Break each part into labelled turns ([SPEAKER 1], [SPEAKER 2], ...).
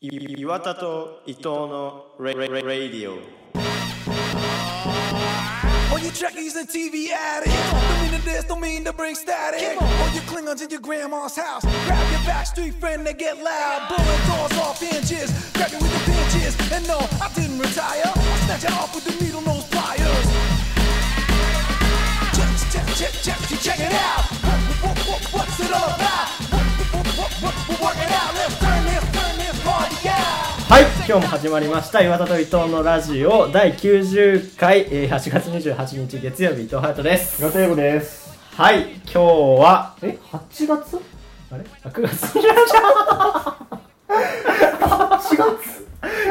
[SPEAKER 1] い岩田と伊藤のレレレレディオ
[SPEAKER 2] All you trekkies and TV addicts Don't mean to this, don't mean to bring static All you Klingons in your grandma's house Grab your backstreet friend, they get loud Blowing doors off inches Grab you with the pinches And no, I didn't retire I snatch it off with the needle nose pliers Check, check, check, check, check, check it out what, what, what, What's it all about? What, what, what, what, we're working out Let's turn this, turn this party out
[SPEAKER 3] はい、今日も始まりました岩田と伊藤のラジオ第90回、えー8月28日月曜日伊藤ハヤトです。
[SPEAKER 4] 岩田英語です。
[SPEAKER 3] はい、今日は
[SPEAKER 4] え、8月 ?8
[SPEAKER 3] あれあ ?9 月28
[SPEAKER 4] 月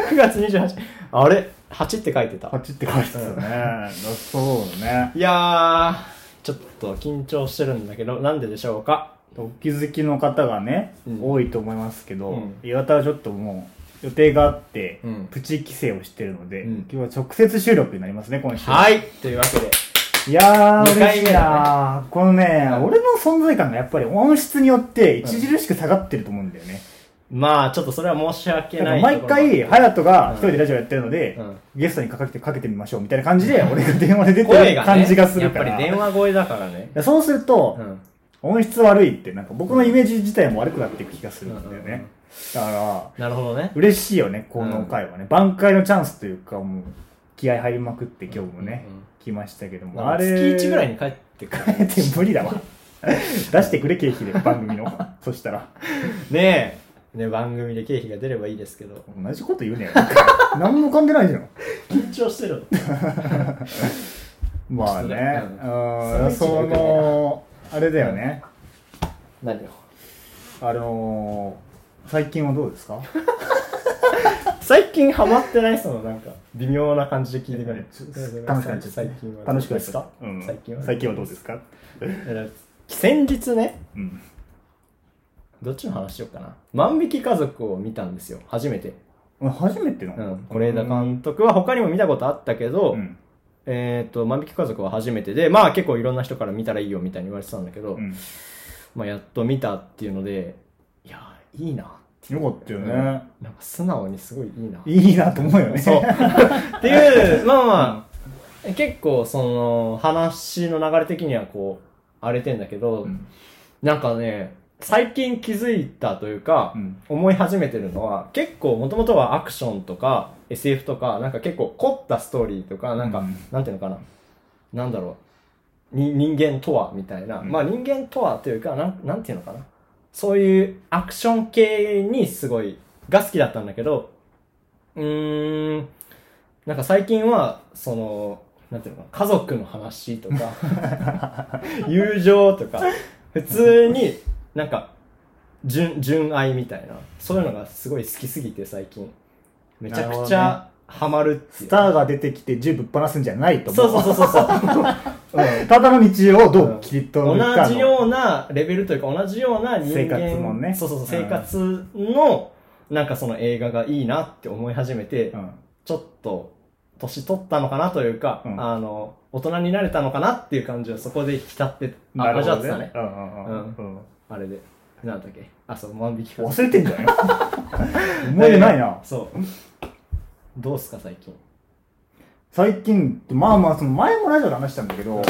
[SPEAKER 3] 9月28あれ ?8 って書いてた。
[SPEAKER 4] ?8 って書いてたよね。だそうね。
[SPEAKER 3] いやー、ちょっと緊張してるんだけど、なんででしょうか
[SPEAKER 4] お気づきの方がね、
[SPEAKER 3] うん
[SPEAKER 4] 多いと思いますけど、
[SPEAKER 3] うん
[SPEAKER 4] 岩田はちょっともう予定があって、
[SPEAKER 3] うん
[SPEAKER 4] プチ帰省をしてるので、
[SPEAKER 3] うん
[SPEAKER 4] 今日は直接収録になりますね、今週。
[SPEAKER 3] はい、というわけで。
[SPEAKER 4] いやー、
[SPEAKER 3] 二回目
[SPEAKER 4] 嬉しいなー、このね、俺の存在感がやっぱり音質によって著しく下がってると思うんだよね。
[SPEAKER 3] まあ、ちょっとそれは申し訳な
[SPEAKER 4] な
[SPEAKER 3] んい
[SPEAKER 4] か
[SPEAKER 3] ところが。
[SPEAKER 4] 毎回、ハヤトが一人でラジオやってるので、
[SPEAKER 3] うん
[SPEAKER 4] ゲストにかけて、かけてみましょうみたいな感じで、俺が電話で出て
[SPEAKER 3] 声
[SPEAKER 4] る
[SPEAKER 3] が、ね、
[SPEAKER 4] 感じがするから。
[SPEAKER 3] やっぱり電話声だからね。
[SPEAKER 4] でそうすると
[SPEAKER 3] う、ん。
[SPEAKER 4] 音質悪いって、なんか僕のイメージ自体も悪くなっていく気がするんだよね。だから、
[SPEAKER 3] なるほどね。
[SPEAKER 4] 嬉しいよね、この回はね。挽回のチャンスというか、もう、気合入りまくって今日もね
[SPEAKER 3] うんうんうん、
[SPEAKER 4] 来ましたけども。
[SPEAKER 3] まあ
[SPEAKER 4] あれ。
[SPEAKER 3] 月1ぐらい
[SPEAKER 4] に。
[SPEAKER 3] に帰ってくる。
[SPEAKER 4] って無理だわ。 出してくれ、経費で、番 組の。そしたら。
[SPEAKER 3] ねえ。ね、番組で経費が出ればいいですけど。
[SPEAKER 4] 同じこと言うね。 何も関係ないじゃん。
[SPEAKER 3] 緊張してるうそれ一番良くないな
[SPEAKER 4] まあね。うんその、あれだよね。
[SPEAKER 3] 何を
[SPEAKER 4] あのー、最近はどうですか
[SPEAKER 3] 最近ハマってないそのなんか微妙な感じで聞いてくれ
[SPEAKER 4] 楽しくなっちゃった
[SPEAKER 3] 最近は
[SPEAKER 4] 楽しくですかうん
[SPEAKER 3] 最近は
[SPEAKER 4] 最近はどうですか
[SPEAKER 3] だから先日ね
[SPEAKER 4] うん。
[SPEAKER 3] どっちの話しようかな万引き家族を見たんですよ初めて、
[SPEAKER 4] 初めてな
[SPEAKER 3] う
[SPEAKER 4] の
[SPEAKER 3] ん、是枝監督は他にも見たことあったけど、
[SPEAKER 4] うん。
[SPEAKER 3] えっ、と万引き家族は初めてでまあ結構いろんな人から見たらいいよみたいに言われてたんだけど、
[SPEAKER 4] うん。
[SPEAKER 3] まあやっと見たっていうのでいやいいな
[SPEAKER 4] よかったよね。
[SPEAKER 3] なんか素直にすごいいいない
[SPEAKER 4] いなと思うよね。
[SPEAKER 3] そう。って いう、まあまあ、結構その話の流れ的にはこう、荒れてんだけど、
[SPEAKER 4] うん
[SPEAKER 3] なんかね、最近気づいたというか、
[SPEAKER 4] うん
[SPEAKER 3] 思い始めてるのは、結構もともとはアクションとか SF とか、なんか結構凝ったストーリーとか、なんか、
[SPEAKER 4] うん
[SPEAKER 3] なんていうのかな、なんだろう、に人間とはみたいな、
[SPEAKER 4] うん
[SPEAKER 3] まあ人間とはというか、なんなんていうのかな、そういうアクション系にすごい、が好きだったんだけど、うーん、なんか最近は、その、なんていうのかな、家族の話とか、 友情とか、普通になんか、純、純愛みたいな、そういうのがすごい好きすぎて最近、めちゃくち
[SPEAKER 4] なるほ
[SPEAKER 3] ゃハマるってい
[SPEAKER 4] ス
[SPEAKER 3] う。
[SPEAKER 4] ターが出てきて銃ぶっ放すんじゃないと思。
[SPEAKER 3] そううそうそうそうそう。
[SPEAKER 4] ただの日常をど
[SPEAKER 3] う ん
[SPEAKER 4] う切り取るかの。
[SPEAKER 3] 同じようなレベルというか同じような人間
[SPEAKER 4] 生活もね
[SPEAKER 3] そうそうそう
[SPEAKER 4] う
[SPEAKER 3] 生
[SPEAKER 4] ん
[SPEAKER 3] 活のなんかその映画がいいなって思い始めて、
[SPEAKER 4] うん。
[SPEAKER 3] ちょっと年取ったのかなというか、
[SPEAKER 4] うん
[SPEAKER 3] あの大人になれたのかなっていう感じをそこで浸ってあ
[SPEAKER 4] なるほ
[SPEAKER 3] 間違
[SPEAKER 4] ど
[SPEAKER 3] ってたね
[SPEAKER 4] ね。うんうんうんうん。
[SPEAKER 3] あれでなんだっけあそう万引きか
[SPEAKER 4] 忘れてんじゃない思い出ないな。
[SPEAKER 3] そうどうっすか最近
[SPEAKER 4] 最近、まあまあ、その前もラジオで話したんだけど、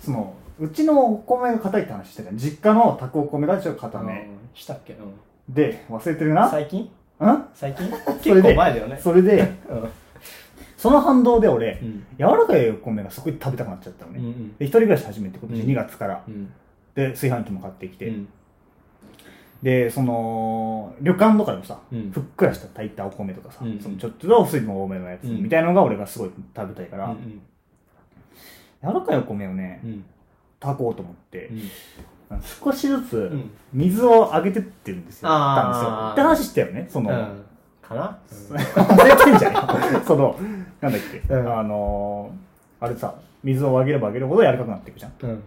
[SPEAKER 4] その、うちのお米が硬いって話してたね。実家の炊くお米がちょっと硬め。
[SPEAKER 3] うんしたっけ、うん、
[SPEAKER 4] で、忘れてるな。
[SPEAKER 3] 最近
[SPEAKER 4] うん
[SPEAKER 3] 最近
[SPEAKER 4] それ
[SPEAKER 3] 結
[SPEAKER 4] で
[SPEAKER 3] 構前だよね
[SPEAKER 4] それで、
[SPEAKER 3] うん
[SPEAKER 4] その反動で俺、
[SPEAKER 3] うん
[SPEAKER 4] 柔らかいお米がすごい食べたくなっちゃったの
[SPEAKER 3] う
[SPEAKER 4] ね。
[SPEAKER 3] ん
[SPEAKER 4] で、一人暮らし始めて、今年
[SPEAKER 3] うん
[SPEAKER 4] 2月から。
[SPEAKER 3] うん
[SPEAKER 4] で、炊飯器も買ってきて。
[SPEAKER 3] うん
[SPEAKER 4] で、その、旅館とかでもさ、
[SPEAKER 3] うん
[SPEAKER 4] ふっくらした炊いたお米とかさ、
[SPEAKER 3] うん
[SPEAKER 4] そのちょっとの水分多めのやつ、
[SPEAKER 3] うん
[SPEAKER 4] みたいなのが俺がすごい食べたいか
[SPEAKER 3] う
[SPEAKER 4] ら、
[SPEAKER 3] ん
[SPEAKER 4] 柔らかいお米をね
[SPEAKER 3] う、ん
[SPEAKER 4] 炊こうと思って
[SPEAKER 3] う、ん
[SPEAKER 4] 少しずつ
[SPEAKER 3] ん
[SPEAKER 4] 水をあげてってるんですよ。たんです
[SPEAKER 3] あー
[SPEAKER 4] よ。って話したよね、その、
[SPEAKER 3] うんかな、
[SPEAKER 4] 忘れてんじゃねえその、なんだっけ、
[SPEAKER 3] うん
[SPEAKER 4] あのー、あれさ、水をあげればあげるほど柔らかくなっていくじゃん。っ
[SPEAKER 3] うん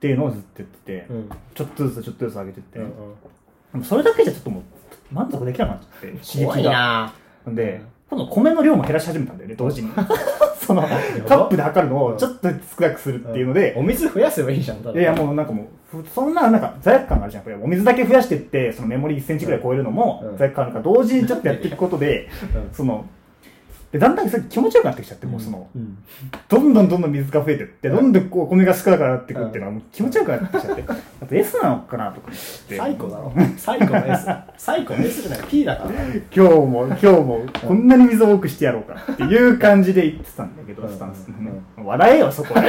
[SPEAKER 4] ていうのをずっと言ってて、
[SPEAKER 3] うん
[SPEAKER 4] ちょっとずつちょっとずつ上げてって、
[SPEAKER 3] うん
[SPEAKER 4] でもそれだけじゃちょっともう満足できなくなっちゃって、刺激
[SPEAKER 3] 怖い
[SPEAKER 4] が。
[SPEAKER 3] な
[SPEAKER 4] で、今度米の量も減らし始めたんだよね、同時に。 その、カップで測るのをちょっと少なくするっていうので
[SPEAKER 3] お、水増やせばいいじゃん、ただ。
[SPEAKER 4] いやもうなんかもう、ふそんな、なんか罪悪感があるじゃん。やっぱりお水だけ増やしてって、そのメモリー1センチくらい超えるの
[SPEAKER 3] う
[SPEAKER 4] も
[SPEAKER 3] ん
[SPEAKER 4] 罪悪感あるから、同時にちょっとやっていくことで
[SPEAKER 3] う、ん
[SPEAKER 4] その、で、だんだんそれ気持ちよくなってきちゃって、もうその、
[SPEAKER 3] うん。
[SPEAKER 4] どんどんどんどん水が増えてって、
[SPEAKER 3] うん
[SPEAKER 4] どんどんこうお米が少なくなってくっていうのはもう気持ちよくなってきちゃって、やっぱ S なのかなとか思って。
[SPEAKER 3] サイコだろ。サイコの S。サイコの S じゃない、P だから。
[SPEAKER 4] 今日も、今日も、こんなに水を多くしてやろうかっていう感じで言ってたんだけど、
[SPEAKER 3] うん
[SPEAKER 4] スタンス、ね笑えよ、そこで。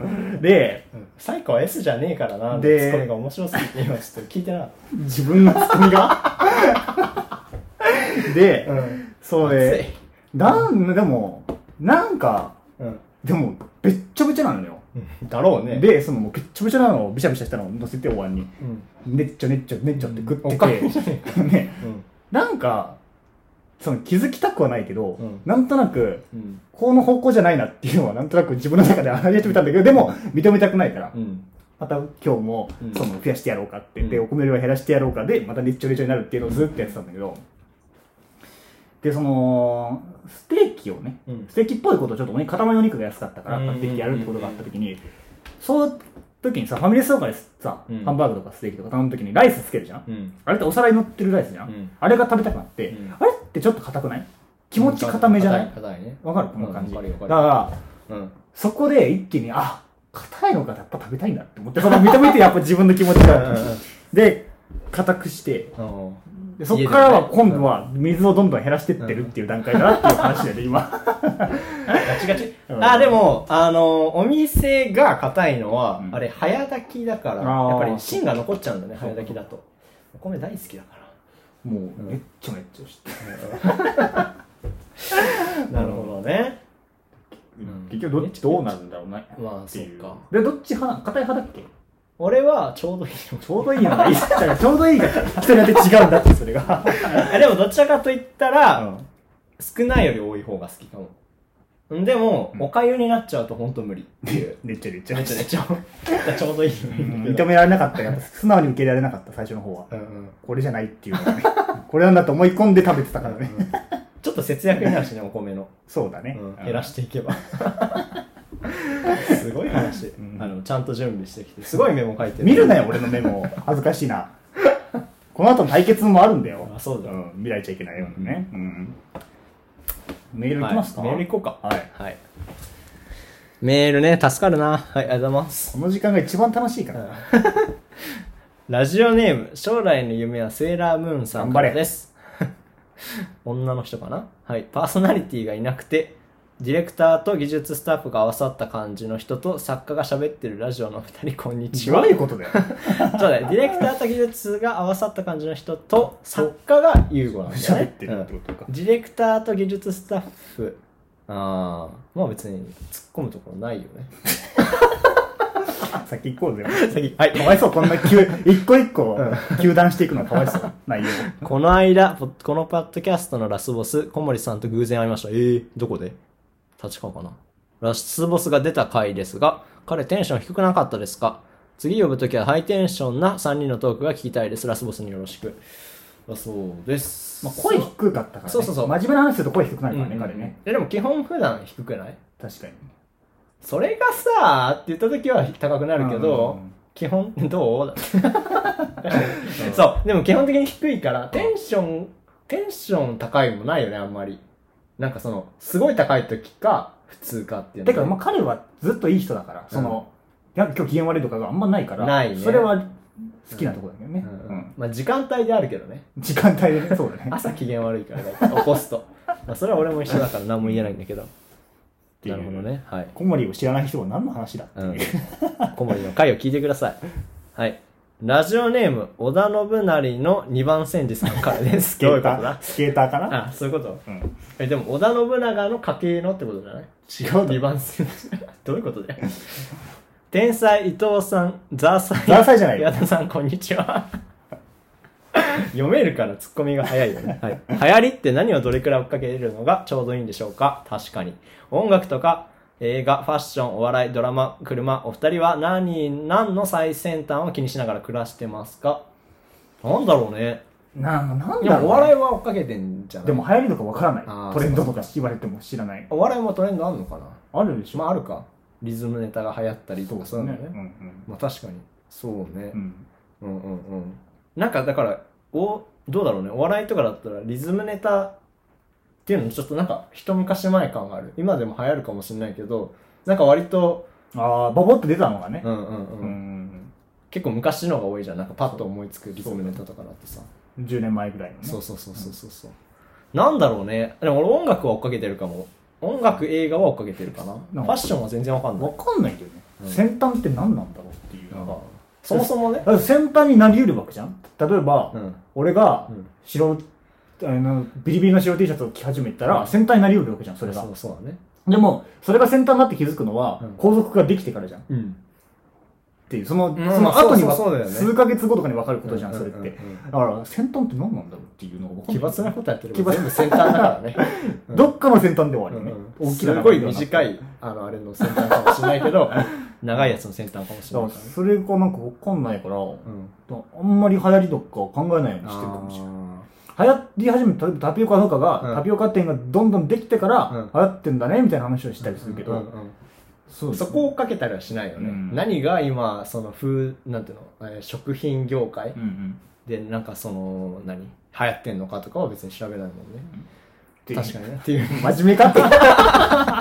[SPEAKER 4] うんで、
[SPEAKER 3] サイコは S じゃねえからな。
[SPEAKER 4] で
[SPEAKER 3] ツッコミが面白すぎて、今ちょっと聞いてなかっ
[SPEAKER 4] 自分のツッコミがで、
[SPEAKER 3] た。
[SPEAKER 4] そう
[SPEAKER 3] 熱い
[SPEAKER 4] ね。なん、でも、なんか、
[SPEAKER 3] うん。
[SPEAKER 4] でも、べっちょべちょなのよ。
[SPEAKER 3] だろうね。、
[SPEAKER 4] で、その、もうべっちょべちょなのを、びしゃびしゃしたのを乗せてお椀に、
[SPEAKER 3] うん。
[SPEAKER 4] ねっちょねっちょねっちょって食
[SPEAKER 3] お
[SPEAKER 4] って
[SPEAKER 3] かげじゃ
[SPEAKER 4] て、
[SPEAKER 3] ねえか。
[SPEAKER 4] ね、
[SPEAKER 3] うん。
[SPEAKER 4] なんか、その気づきたくはないけど、
[SPEAKER 3] うん
[SPEAKER 4] なんとなく、
[SPEAKER 3] うん。
[SPEAKER 4] この方向じゃないなっていうのは、 なんとなく自分の中で上がり始めたんだけど、でも、認めたくないから、
[SPEAKER 3] うん。
[SPEAKER 4] また今日も
[SPEAKER 3] うん、
[SPEAKER 4] その、増やしてやろうかって、で、
[SPEAKER 3] うん
[SPEAKER 4] お米の量を減らしてやろうかで、またねっちょねっちょになるっていうのをずっとやってたんだけど、で、その、ステーキをね、
[SPEAKER 3] うん
[SPEAKER 4] ステーキっぽいことをちょっとお肉塊のお肉が安かったから、
[SPEAKER 3] うん
[SPEAKER 4] 買ってきてやるってことがあった時に、そういう時にさ、ファミレスとかでさ、
[SPEAKER 3] うん
[SPEAKER 4] ハンバーグとかステーキとか頼む時にライスつけるじゃん
[SPEAKER 3] うん。
[SPEAKER 4] あれってお皿に乗ってるライスじゃん、
[SPEAKER 3] うん
[SPEAKER 4] あれが食べたくなって、
[SPEAKER 3] うん
[SPEAKER 4] あれってちょっと硬くない気持ち硬めじゃない
[SPEAKER 3] 硬硬いね。
[SPEAKER 4] わかるこの感じ。
[SPEAKER 3] うんわ
[SPEAKER 4] だ
[SPEAKER 3] かる
[SPEAKER 4] か
[SPEAKER 3] わかるう
[SPEAKER 4] ら、
[SPEAKER 3] ん。
[SPEAKER 4] そこで一気に、あ、硬いのかやっぱ食べたいんだって思って、その認めてやっぱ自分の気持ち
[SPEAKER 3] うん
[SPEAKER 4] が
[SPEAKER 3] うんうん。
[SPEAKER 4] で、硬くして、
[SPEAKER 3] うん
[SPEAKER 4] でそこからは今度は水をどんどん減らしてってるっていう段階だなっていう話だよ ね、今。
[SPEAKER 3] ガチガチ。
[SPEAKER 4] うん
[SPEAKER 3] あ、でも、あの、お店が硬いのは、
[SPEAKER 4] うん
[SPEAKER 3] あれ、早炊きだから、
[SPEAKER 4] あー
[SPEAKER 3] やっぱり芯が残っちゃうんだね、
[SPEAKER 4] そう
[SPEAKER 3] 早炊きだと。お米大好きだから。
[SPEAKER 4] もう、
[SPEAKER 3] ん
[SPEAKER 4] めっちゃめっちゃして。
[SPEAKER 3] なるほどね。ん
[SPEAKER 4] 結局どっちどうなるんだろうね。
[SPEAKER 3] まあ、
[SPEAKER 4] って
[SPEAKER 3] そっ
[SPEAKER 4] いう
[SPEAKER 3] か。。
[SPEAKER 4] で、どっち派な硬い派だっけ
[SPEAKER 3] 俺はちょうどいいの。
[SPEAKER 4] ちょうどいい のがいい。だからちょうどいいが、人によって違うんだって、それが。
[SPEAKER 3] あでも、どちらかと言ったら、
[SPEAKER 4] うん
[SPEAKER 3] 少ないより多い方が好きかも。んでも、おかゆになっちゃうとほんと無理っていう。
[SPEAKER 4] ねっちゃねっちゃ。
[SPEAKER 3] めちゃめちゃ。だからちょうどいいのがいいんだけ
[SPEAKER 4] 認
[SPEAKER 3] ど。
[SPEAKER 4] められなかったやっぱ素直に受け入れられなかった、最初の方は。
[SPEAKER 3] うんうん
[SPEAKER 4] これじゃないっていうのがね。これなんだと思い込んで食べてたからね。
[SPEAKER 3] ちょっと節約になるしね、お米の。
[SPEAKER 4] そうだね。。
[SPEAKER 3] うん減らしてていけば すごい話、
[SPEAKER 4] ん
[SPEAKER 3] あのちゃんと準備してきてすごいメモ書いて
[SPEAKER 4] 見るなよ、俺のメモ。恥ずかしい な。この後の対決もあるんだよ。
[SPEAKER 3] あそうだ
[SPEAKER 4] ん。見られちゃいけないようにね。うん。メールい
[SPEAKER 3] は
[SPEAKER 4] き
[SPEAKER 3] い
[SPEAKER 4] ますか、
[SPEAKER 3] メール行こうか
[SPEAKER 4] はい。
[SPEAKER 3] はいメールね助かるなはいありがとうございます
[SPEAKER 4] この時間が一番楽しいから。
[SPEAKER 3] ラジオネーム将来の夢はセーラームーンさんから
[SPEAKER 4] 頑張れ
[SPEAKER 3] です 女の人かなはいパーソナリティがいなくてディレクターと技術スタッフが合わさった感じの人と作家が喋ってるラジオのお二人こんにち
[SPEAKER 4] 違
[SPEAKER 3] は
[SPEAKER 4] ういうことだよ。
[SPEAKER 3] そうだね、ディレクターと技術が合わさった感じの人と作家が優吾なんだよ
[SPEAKER 4] 喋
[SPEAKER 3] ね。
[SPEAKER 4] ってるってことか
[SPEAKER 3] うんディレクターと技術スタッフ。ああ、まあ別に突っ込むところないよね。
[SPEAKER 4] 先行こうぜ。
[SPEAKER 3] 次、はい。
[SPEAKER 4] かわいそう、こんな急、一個一個、糾弾していくのはかわいそう。内容。
[SPEAKER 3] この間、ポこのパッドキャストのラスボス、小森さんと偶然会いました。えー、どこで立川かなラスボスが出た回ですが、彼テンション低くなかったですか次呼ぶときはハイテンションな3人のトークが聞きたいです。ラスボスによろしく。だそうです。
[SPEAKER 4] まあ、声低かったから、ね。
[SPEAKER 3] そうそうそう
[SPEAKER 4] 真面目な話すると声低くなる
[SPEAKER 3] うん
[SPEAKER 4] か
[SPEAKER 3] う
[SPEAKER 4] らね、
[SPEAKER 3] ん
[SPEAKER 4] 彼ね。
[SPEAKER 3] えでも基本普段低くない
[SPEAKER 4] 確かに。
[SPEAKER 3] それがさって言った時は高くなるけど、
[SPEAKER 4] うん
[SPEAKER 3] 基本どう だってそうでも基本的に低いからテンションテンション高いもないよねあんまりなんかそのすごい高い時か普通かっていうの
[SPEAKER 4] てか、まあ、彼はずっといい人だから、その、いや今日機嫌悪いとかがあんまないから、
[SPEAKER 3] ないね
[SPEAKER 4] それは好きなところだけど
[SPEAKER 3] う
[SPEAKER 4] ね、
[SPEAKER 3] ん
[SPEAKER 4] う
[SPEAKER 3] うんんまあ時間帯であるけど ね
[SPEAKER 4] 時間帯 でね、そうだね。
[SPEAKER 3] 朝機嫌悪いから起こすとまあそれは俺も一緒だから何も言えないんだけど
[SPEAKER 4] てい
[SPEAKER 3] な
[SPEAKER 4] う
[SPEAKER 3] るほどねはい
[SPEAKER 4] 小森を知らない人は何の話だって
[SPEAKER 3] う
[SPEAKER 4] い
[SPEAKER 3] ん
[SPEAKER 4] う。。
[SPEAKER 3] 小森の回を聞いてください。はい。ラジオネーム、織田信成の2番戦時さんからです。
[SPEAKER 4] スケ
[SPEAKER 3] どういう
[SPEAKER 4] ー
[SPEAKER 3] こと
[SPEAKER 4] ター
[SPEAKER 3] だ
[SPEAKER 4] スケーターかな
[SPEAKER 3] あ、そういうこと
[SPEAKER 4] うん。
[SPEAKER 3] え、でも、織田信長の家系のってことじゃない
[SPEAKER 4] 違う
[SPEAKER 3] 2
[SPEAKER 4] だ
[SPEAKER 3] 番戦時。 どういうことだよ。天才伊藤さん、ザーサイ。
[SPEAKER 4] ザーサイじゃないよ
[SPEAKER 3] 矢田さん、こんにちは。読めるからツッコミが早いよ ね。はい。流行りって何をどれくらい追っかけるのがちょうどいいんでしょうか確かに。音楽とか、映画、ファッション、お笑い、ドラマ、車、お二人は何、何の最先端を気にしながら暮らしてますかなんだろうね。
[SPEAKER 4] なんなん
[SPEAKER 5] いや
[SPEAKER 4] だろうね
[SPEAKER 5] お笑いは追っかけてんじゃない
[SPEAKER 4] でも流行りとかわから
[SPEAKER 5] あ
[SPEAKER 4] な
[SPEAKER 5] ー
[SPEAKER 4] いトレンドとか言われても知らない
[SPEAKER 5] お笑いもトレンドあんのかな
[SPEAKER 4] あるでしょ
[SPEAKER 5] まああるかリズムネタが流行ったりとかそういうのね
[SPEAKER 4] うんうん
[SPEAKER 5] まあ確かにそうね、
[SPEAKER 4] うん
[SPEAKER 5] うん、うんうん
[SPEAKER 3] なんかだからおどうだろうねお笑いとかだったらリズムネタっていうのもちょっとなんか一昔前感がある今でも流行るかもしれないけどなんか割と、
[SPEAKER 4] ああボボって出たのがね
[SPEAKER 3] うんうん
[SPEAKER 4] う
[SPEAKER 3] うん
[SPEAKER 4] ん
[SPEAKER 3] 結構昔のが多いじゃんなんかパッと思いつくリズムネタとかだってさ
[SPEAKER 4] 10年前ぐらいのね
[SPEAKER 3] そうそうそうそうそうそうなんだろうねでも俺音楽は追っかけてるかも音楽映画は追っかけてるかなフ
[SPEAKER 4] なん
[SPEAKER 3] ァ
[SPEAKER 4] か
[SPEAKER 3] ッションは全然わかんない
[SPEAKER 4] わかんないけどね先端って何なんだろうっていう
[SPEAKER 3] なんかそもそもね
[SPEAKER 4] だから先端になり得るわけじゃん例えば
[SPEAKER 3] うん
[SPEAKER 4] 俺が
[SPEAKER 3] うん
[SPEAKER 4] 白あのビリビリの白 T シャツを着始めたら先端になり得るわけじゃんそれ
[SPEAKER 3] そ
[SPEAKER 4] が
[SPEAKER 3] うそうだね
[SPEAKER 4] でもそれが先端だって気づくのは
[SPEAKER 3] うん
[SPEAKER 4] 皇族ができてからじゃんっ
[SPEAKER 3] うん
[SPEAKER 4] ていうその
[SPEAKER 3] ん
[SPEAKER 4] その後にわ
[SPEAKER 3] そうそうそうだよね
[SPEAKER 4] 数ヶ月後とかに分かることじゃんそれっ
[SPEAKER 3] うんうん
[SPEAKER 4] て
[SPEAKER 3] うん
[SPEAKER 4] だから先端って何なんだろうっていうのが分かん
[SPEAKER 3] 奇
[SPEAKER 4] な
[SPEAKER 3] 抜
[SPEAKER 4] い
[SPEAKER 3] なことやってる
[SPEAKER 4] 奇抜
[SPEAKER 3] 全部先端だから ねうん
[SPEAKER 4] どっかの先端ではあるよね。大き
[SPEAKER 3] す
[SPEAKER 4] な
[SPEAKER 3] ごい短
[SPEAKER 4] だ
[SPEAKER 3] いあのあれの先端かもしれないけど長いやつの先端かもしれ
[SPEAKER 4] か
[SPEAKER 3] な
[SPEAKER 4] ら、
[SPEAKER 3] いからね
[SPEAKER 4] それがなんかわかんないから、
[SPEAKER 3] うん
[SPEAKER 4] あんまり流行りとか考えないようにしてるかもしれない。流行り始めた、例えばタピオカとかが、
[SPEAKER 3] うん
[SPEAKER 4] タピオカ店がどんどんできてから、
[SPEAKER 3] うん
[SPEAKER 4] 流行ってんだね、みたいな話をしたりするけど、
[SPEAKER 3] うんうん
[SPEAKER 4] そうです
[SPEAKER 3] そ
[SPEAKER 4] ね
[SPEAKER 3] こを追っかけたりはしないよね、
[SPEAKER 4] うん
[SPEAKER 3] 何が今その風なんていうの、えー食品業界
[SPEAKER 4] うんうん。
[SPEAKER 3] でなんかその何流行ってんのかとかは別に調べないもんね、
[SPEAKER 4] っていう
[SPEAKER 3] 確かにねっていう
[SPEAKER 4] 真面目か って。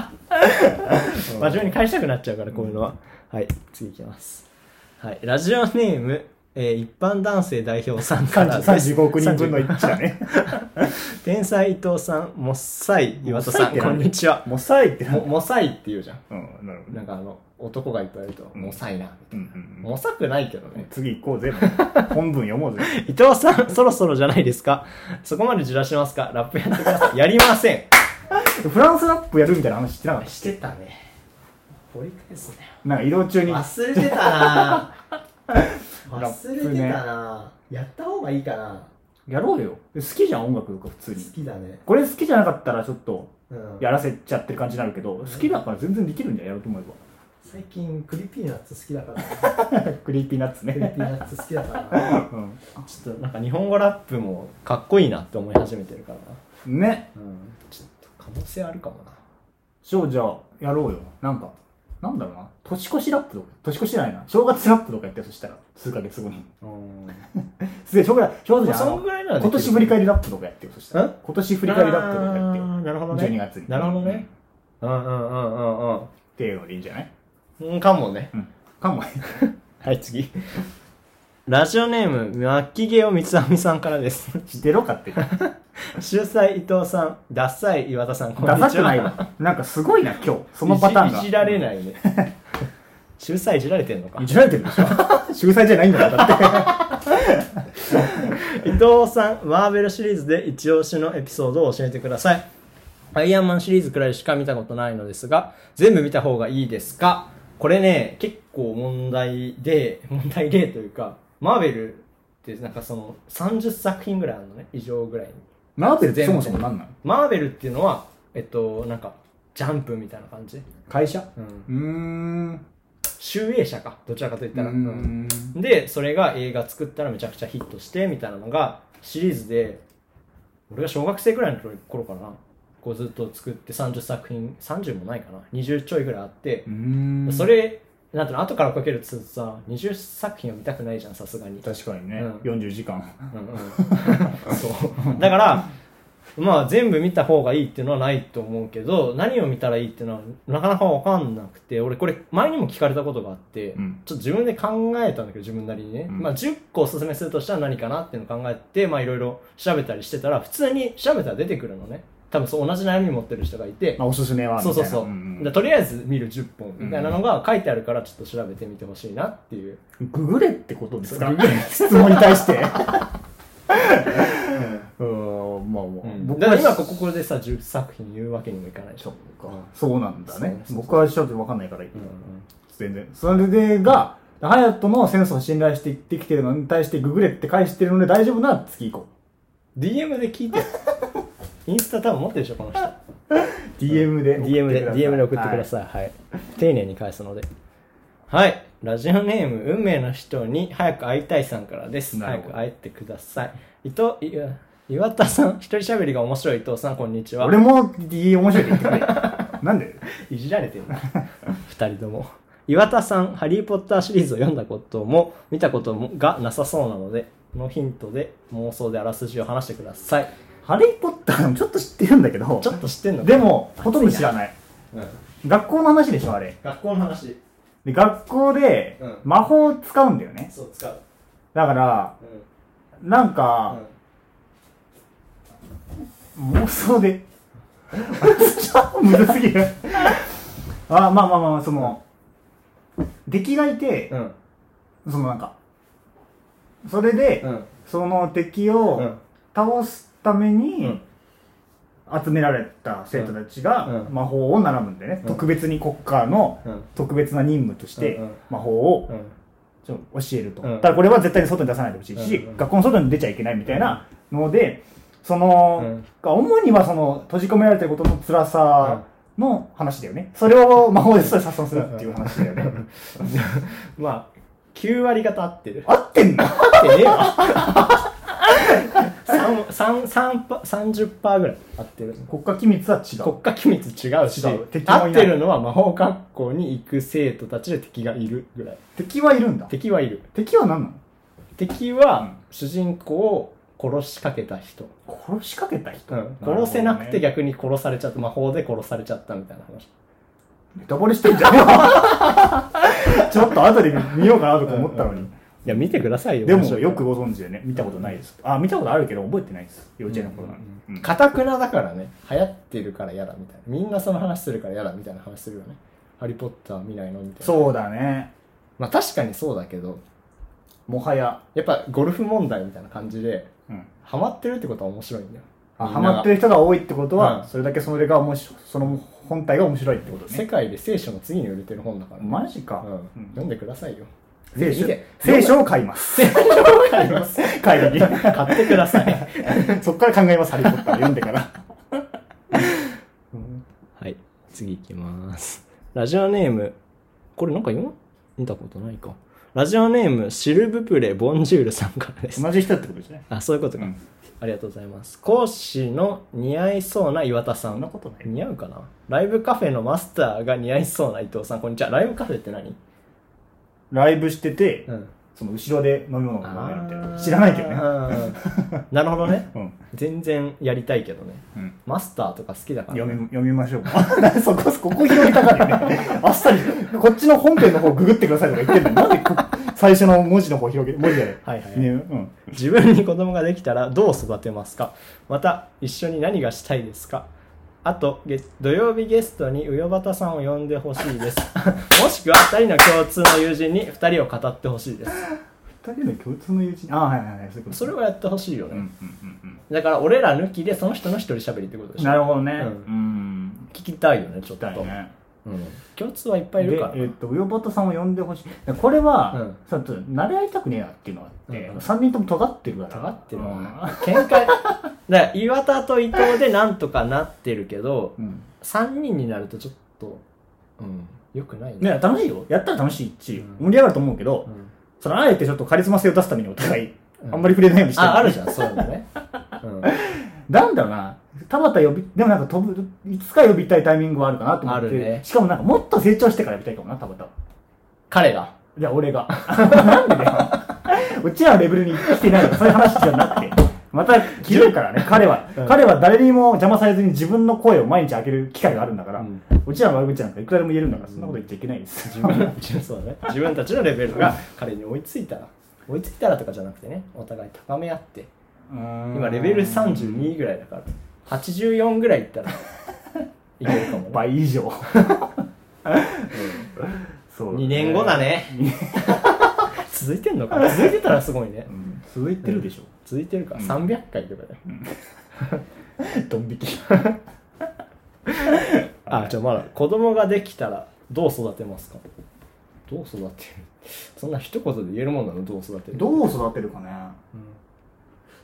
[SPEAKER 3] 真面目に返したくなっちゃうからこういうのは、はい次いきますはいラジオネーム、えー一般男性代表さんからです
[SPEAKER 4] 35億人分の1だね。
[SPEAKER 3] 天才伊藤さんもっさい岩田さん
[SPEAKER 4] もっさいって
[SPEAKER 3] こ
[SPEAKER 4] 何
[SPEAKER 3] んにちは
[SPEAKER 4] もうさいってな
[SPEAKER 3] ももさいって言うじゃん
[SPEAKER 4] うん、なるほど
[SPEAKER 3] な
[SPEAKER 4] ね。
[SPEAKER 3] んかあの男がいっぱいいると、
[SPEAKER 4] うん
[SPEAKER 3] もさいな
[SPEAKER 4] うんうん
[SPEAKER 3] もさくないけど
[SPEAKER 4] うん
[SPEAKER 3] ね
[SPEAKER 4] 次行こうぜ。 本文読もうぜ。
[SPEAKER 3] 伊藤さん、そろそろじゃないですかそこまでじらしますかラップやってください。やりません
[SPEAKER 4] フランスラップやるみたいな話してなかっ た。
[SPEAKER 3] してたね。掘り返すね。
[SPEAKER 4] なんか移動中に。
[SPEAKER 3] 忘れてたな
[SPEAKER 4] ラ
[SPEAKER 3] 忘
[SPEAKER 4] ップ
[SPEAKER 3] れ
[SPEAKER 4] ね
[SPEAKER 3] てたなやった方がいいかな
[SPEAKER 4] やろうよ。好きじゃん、音楽とか普通
[SPEAKER 3] 好
[SPEAKER 4] に。
[SPEAKER 3] きだね。
[SPEAKER 4] これ好きじゃなかったらちょっと
[SPEAKER 3] うん、
[SPEAKER 4] やらせちゃってる感じになるけど、好きだから全然できるんじゃん、やろうと思え
[SPEAKER 3] 最近、クリピーナッツ好きだ から。
[SPEAKER 4] ば。クリーピーナッツ
[SPEAKER 3] クリ
[SPEAKER 4] ね。
[SPEAKER 3] ピーナッツ好きだから。
[SPEAKER 4] うん
[SPEAKER 3] ちょっとなんか日本語ラップもかっこいいなって思い始めてるからな。
[SPEAKER 4] ね。
[SPEAKER 3] うん。ちょっと可能性あるかもな。
[SPEAKER 4] 少女、やろうよ。なんか、なんだろうな。年越しラップとか、年越しじゃないな。正月ラップとかやってよそしたら、数ヶ月後に。
[SPEAKER 3] うん。
[SPEAKER 4] すげえ、正月、正月じ
[SPEAKER 3] まあ
[SPEAKER 4] ゃ
[SPEAKER 3] そ
[SPEAKER 4] なんい
[SPEAKER 3] ぐらいな
[SPEAKER 4] あ
[SPEAKER 3] らで
[SPEAKER 4] の
[SPEAKER 3] きる
[SPEAKER 4] 今年振り返りラップとかやってよそした
[SPEAKER 3] ん
[SPEAKER 4] ら。今年振り返りラップとかやって
[SPEAKER 3] あ
[SPEAKER 4] よ。
[SPEAKER 3] ーなるほどね。
[SPEAKER 4] 12月に。
[SPEAKER 3] なるほど
[SPEAKER 4] うん。っ
[SPEAKER 3] ね。うんうんうんうん
[SPEAKER 4] ていうのでいいんじゃない
[SPEAKER 3] うん。うん、かもね。
[SPEAKER 4] うん。かもね。
[SPEAKER 3] はい、次。ラジオネーム、巻き毛を三つ編みさんからです。
[SPEAKER 4] してろかって。 ダ
[SPEAKER 3] 秀才伊藤さん、ダッサい岩田さん、こんにちは。
[SPEAKER 4] サくないわ。なんかすごいな、今日。そのパターンが。
[SPEAKER 3] いじいじられないね。秀才いじられてんのか
[SPEAKER 4] い。じられてるでしょ 秀才じゃないんだか ら、だって。
[SPEAKER 3] 伊藤さん、マーベルシリーズで一押しのエピソードを教えてください。アイアンマンシリーズくらいしか見たことないのですが、全部見た方がいいですかこれね、結構問題で、問題例というか、マーベルってなんかその30作品ぐらいあるのね、以上ぐらいに。
[SPEAKER 4] マーベルってそもそも何なの
[SPEAKER 3] マーベルっていうのは、えっと、なんか、ジャンプみたいな感じ。
[SPEAKER 4] 会社
[SPEAKER 3] うん。
[SPEAKER 4] うーん。
[SPEAKER 3] 集英社か、どちらかといったら。
[SPEAKER 4] うー
[SPEAKER 3] うん
[SPEAKER 4] ん
[SPEAKER 3] で、それが映画作ったらめちゃくちゃヒットして、みたいなのが、シリーズで、俺が小学生くらいの頃かな、こうずっと作って30作品、30もないかな、20ちょいぐらいあって
[SPEAKER 4] う、ーん。
[SPEAKER 3] それ、なんていうの、後から追っかけるとするとさ、20作品は見たくないじゃん、さすがに。
[SPEAKER 4] 確かにね、
[SPEAKER 3] うん
[SPEAKER 4] 40時間。
[SPEAKER 3] うんうんそうだからまあ全部見た方がいいっていうのはないと思うけど何を見たらいいっていうのはなかなか分かんなくて俺これ前にも聞かれたことがあって、
[SPEAKER 4] うん
[SPEAKER 3] ちょっと自分で考えたんだけど自分なりにね、
[SPEAKER 4] うん
[SPEAKER 3] まあ、10個おすすめするとしたら何かなっていうのを考えてまあいろいろ調べたりしてたら普通に調べたら出てくるのね多分そう同じ悩み持ってる人がいて、
[SPEAKER 4] まあ、おすすめはみた
[SPEAKER 3] そ
[SPEAKER 4] いうな。
[SPEAKER 3] そうそう、
[SPEAKER 4] ん
[SPEAKER 3] でとりあえず見る10本みたいなのが書いてあるからちょっと調べてみてほしいなっていう
[SPEAKER 4] ググれってことですか質問に対して。うーん、まあまあ、僕
[SPEAKER 3] だか
[SPEAKER 4] は
[SPEAKER 3] ら今ここでさ10作品言うわけにもいかないでし
[SPEAKER 4] そ
[SPEAKER 3] ょ
[SPEAKER 4] っかそうなんだ
[SPEAKER 3] そう
[SPEAKER 4] ね。
[SPEAKER 3] そうそう
[SPEAKER 4] 僕はちょっとわかんないから、
[SPEAKER 3] うんうん
[SPEAKER 4] 全然。それでが、ハヤトのセンスを信頼して生きてるのに対してググれって返してるので大丈夫なら次行こ
[SPEAKER 3] DM で聞 いてインスタ多分持ってるでしょこの人
[SPEAKER 4] う。DM で送って
[SPEAKER 3] DM
[SPEAKER 4] く
[SPEAKER 3] で
[SPEAKER 4] ださい。
[SPEAKER 3] DM で送ってくだ
[SPEAKER 4] はい
[SPEAKER 3] さいはい、丁寧に返すのではいラジオネーム、運命の人に早く会いたいさんからです。
[SPEAKER 4] なる
[SPEAKER 3] 早
[SPEAKER 4] ほど
[SPEAKER 3] く会えてください。伊藤、いや岩田さん、一人喋りが面白い伊藤さん、こんにちは。
[SPEAKER 4] 俺も、いい面白いって言ってくれ。 なんで
[SPEAKER 3] いじられてるな。 二人とも。岩田さん、ハリーポッターシリーズを読んだことも、見たこともがなさそうなので、このヒントで妄想であらすじを話してください。
[SPEAKER 4] ハリー・ポッターもちょっと知ってるんだけど
[SPEAKER 3] ち、ょっと知ってんの
[SPEAKER 4] で、も、ほとんど知らない。学校の話でしょ、あれ。
[SPEAKER 3] 学校の話、
[SPEAKER 4] で、学校で
[SPEAKER 3] うん、
[SPEAKER 4] 魔法を使うんだよね。
[SPEAKER 3] そう、使う。
[SPEAKER 4] だから、
[SPEAKER 3] う
[SPEAKER 4] なんか、
[SPEAKER 3] ん。
[SPEAKER 4] 妄想で。むずすぎる。あ、まあまあまあ、その、敵がいて
[SPEAKER 3] う、ん。
[SPEAKER 4] そのなんか、それで、
[SPEAKER 3] うん。
[SPEAKER 4] その敵
[SPEAKER 3] う
[SPEAKER 4] を
[SPEAKER 3] ん
[SPEAKER 4] 倒すため
[SPEAKER 3] うん
[SPEAKER 4] に、集められた生徒たちが
[SPEAKER 3] うん
[SPEAKER 4] 魔法を学ぶんでね、
[SPEAKER 3] うん
[SPEAKER 4] 特別に国家の
[SPEAKER 3] うん
[SPEAKER 4] 特別な任務として
[SPEAKER 3] うんうん
[SPEAKER 4] 魔法を
[SPEAKER 3] うん。
[SPEAKER 4] ちょっと教えると。
[SPEAKER 3] うん
[SPEAKER 4] ただこれは絶対に外に出さないでほしいし、
[SPEAKER 3] うんうん
[SPEAKER 4] 学校の外に出ちゃいけないみたいなので、その、
[SPEAKER 3] うん
[SPEAKER 4] 主にはその閉じ込められてることの辛さの話だよね。それを魔法で殺散するっていう話だよね。
[SPEAKER 3] まあ、9割方合ってる。
[SPEAKER 4] 合ってんの
[SPEAKER 3] 合ってねえわ。3 3 30%ぐらい合ってる。
[SPEAKER 4] 国家機密は違
[SPEAKER 3] 国
[SPEAKER 4] う。
[SPEAKER 3] 家機密違うし、
[SPEAKER 4] 違う敵もいな
[SPEAKER 3] 合
[SPEAKER 4] い
[SPEAKER 3] ってるのは魔法学校に行く生徒たちで敵がいるぐらい。
[SPEAKER 4] 敵はいるんだ。
[SPEAKER 3] 敵はいる。
[SPEAKER 4] 敵は何な
[SPEAKER 3] 敵
[SPEAKER 4] う
[SPEAKER 3] は
[SPEAKER 4] ん
[SPEAKER 3] 主人公を殺しかけた人。
[SPEAKER 4] の殺しかけた人、
[SPEAKER 3] うん
[SPEAKER 4] るほどね
[SPEAKER 3] 殺せなくて逆に殺されちゃった。魔法で殺されちゃったみたいな話。
[SPEAKER 4] ネタバレしてんじゃねえよ ちょっと後で見ようかなとか思ったのに。
[SPEAKER 3] いや、見てくださいよ。
[SPEAKER 4] で
[SPEAKER 3] 面白
[SPEAKER 4] も
[SPEAKER 3] いから
[SPEAKER 4] よくご存知でね、見たことないです。あ、見たことあるけど覚えてないです。幼稚園の頃なのに。うん
[SPEAKER 3] かたくなだからね流行ってるから嫌だみたいなみんなその話するから嫌だみたいな話するよね「ハリー・ポッター」見ないのみたいな
[SPEAKER 4] そうだね。
[SPEAKER 3] まあ確かにそうだけど
[SPEAKER 4] もはや。
[SPEAKER 3] やっぱゴルフ問題みたいな感じで
[SPEAKER 4] うん
[SPEAKER 3] ハマってるってことは面白いんだよ
[SPEAKER 4] あ
[SPEAKER 3] み
[SPEAKER 4] ハ
[SPEAKER 3] んなが
[SPEAKER 4] マってる人が多いってことは、
[SPEAKER 3] うん
[SPEAKER 4] それだけそれが面白いその本体が面白いってこと
[SPEAKER 3] 世
[SPEAKER 4] ね。
[SPEAKER 3] 界で聖書の次に売れてる本だから、
[SPEAKER 4] マジか。
[SPEAKER 3] うん
[SPEAKER 4] うん
[SPEAKER 3] 読んでくださいよ
[SPEAKER 4] 聖
[SPEAKER 3] 見
[SPEAKER 4] 書
[SPEAKER 3] て
[SPEAKER 4] 聖書を買います。
[SPEAKER 3] 買い ます
[SPEAKER 4] 買いに。
[SPEAKER 3] 買ってください
[SPEAKER 4] そっから考えます、ハリー・ポッター読んでから。
[SPEAKER 3] はい次いきますラジオネームこれなんか読ん見たことないかラジオネームシルブプレボンジュールさんからです
[SPEAKER 4] 同じ人ってことですね。
[SPEAKER 3] あそういうことか、
[SPEAKER 4] うん
[SPEAKER 3] ありがとうございます講師の似合いそうな岩田さん
[SPEAKER 4] そんなことない。
[SPEAKER 3] 似合うかなライブカフェのマスターが似合いそうな伊藤さんこんにちはライブカフェって何
[SPEAKER 4] ライブしてて、
[SPEAKER 3] うん
[SPEAKER 4] その後ろで飲み物が飲めるみたい
[SPEAKER 3] あ
[SPEAKER 4] な。
[SPEAKER 3] ー
[SPEAKER 4] 知らないけどね。
[SPEAKER 3] うんなるほど ね
[SPEAKER 4] うん。
[SPEAKER 3] 全然やりたいけどね
[SPEAKER 4] うん
[SPEAKER 3] マスターとか好きだから
[SPEAKER 4] 読み、読みましょうか。 そこ、ここ広げたからね。 あっさり、こっちの本編の方ググってくださいとか言ってんのになんでこ最初の文字の方広げ、文字じゃない。
[SPEAKER 3] はいはいはい
[SPEAKER 4] ね、うん。
[SPEAKER 3] 自分に子供ができたらどう育てますかまた一緒に何がしたいですかあとげ土曜日ゲストに上端さんを呼んでほしいです もしくは2人の共通の友人に2人を語ってほしいです
[SPEAKER 4] 二人の共通の友人。ああ、はいはいはい。そういうこと
[SPEAKER 3] それをやってほしいよ
[SPEAKER 4] う
[SPEAKER 3] ね、
[SPEAKER 4] んうんうん
[SPEAKER 3] だから俺ら抜きでその人の一人喋りってことで
[SPEAKER 4] うん。
[SPEAKER 3] し
[SPEAKER 4] な
[SPEAKER 3] ょ
[SPEAKER 4] るほどね。
[SPEAKER 3] う
[SPEAKER 4] うん。
[SPEAKER 3] 聞きたいよねちょっと
[SPEAKER 4] だよね。
[SPEAKER 3] うん、共通はいっぱいい
[SPEAKER 4] で、え
[SPEAKER 3] るから
[SPEAKER 4] っと、ウヨボトさんを呼んでほしい。これは、
[SPEAKER 3] うん
[SPEAKER 4] ちょっと、慣れ合いたくねえなっていうのがあって
[SPEAKER 3] う、ん
[SPEAKER 4] 三、人とも尖ってるから。
[SPEAKER 3] 尖ってる
[SPEAKER 4] う
[SPEAKER 3] よね
[SPEAKER 4] ん
[SPEAKER 3] 喧嘩だから岩田と伊藤でなんとかなってるけど
[SPEAKER 4] うん。
[SPEAKER 3] 3人になるとちょっと
[SPEAKER 5] うん
[SPEAKER 3] 良くないね
[SPEAKER 4] ね、楽しいよ。やったら楽しいし、
[SPEAKER 3] うん
[SPEAKER 4] 盛り上がると思うけど、
[SPEAKER 3] うん
[SPEAKER 4] そのあえてちょっとカリスマ性を出すためにお互い、
[SPEAKER 3] うん
[SPEAKER 4] あんまり触れないようにして
[SPEAKER 3] ああるじゃんそういうの ね、うん、
[SPEAKER 4] なんだろうな、田畑呼び、でもなんか飛ぶ、いつか呼びたいタイミングはあるかなと思って。
[SPEAKER 3] あるね
[SPEAKER 4] しかもなんかもっと成長してから呼びたいかもな、田畑は。
[SPEAKER 3] 彼が
[SPEAKER 4] いや、俺が。 なんでだよ。うちらのレベルに来てないよ。そういう話じゃなくて。また切るからね、彼は。彼は誰にも邪魔されずに自分の声を毎日上げる機会があるんだから、う
[SPEAKER 3] うん
[SPEAKER 4] ちらの悪口なんかいくらでも言えるんだから、そんなこと言っちゃいけないです。
[SPEAKER 3] 自分そうだね、自分たちのレベルが彼に追いついたら追いついたらとかじゃなくてねお互い高め合って 今
[SPEAKER 4] 今
[SPEAKER 3] レベル32ぐらいだから84ぐらいいったらいけるか も、ね、
[SPEAKER 4] 倍以上。 そう
[SPEAKER 3] 2年後だ
[SPEAKER 4] ね。
[SPEAKER 3] ね 続いてんのかな続いてたらすごいね
[SPEAKER 4] うん続いてるでしょ。
[SPEAKER 3] 続いてるから300回とかだよ、
[SPEAKER 4] ドン引き。
[SPEAKER 3] あじゃあまだ子供ができたらどう育てますかどう育てるそんな一言で言えるもんなのどう育てる
[SPEAKER 4] どう育てるかね。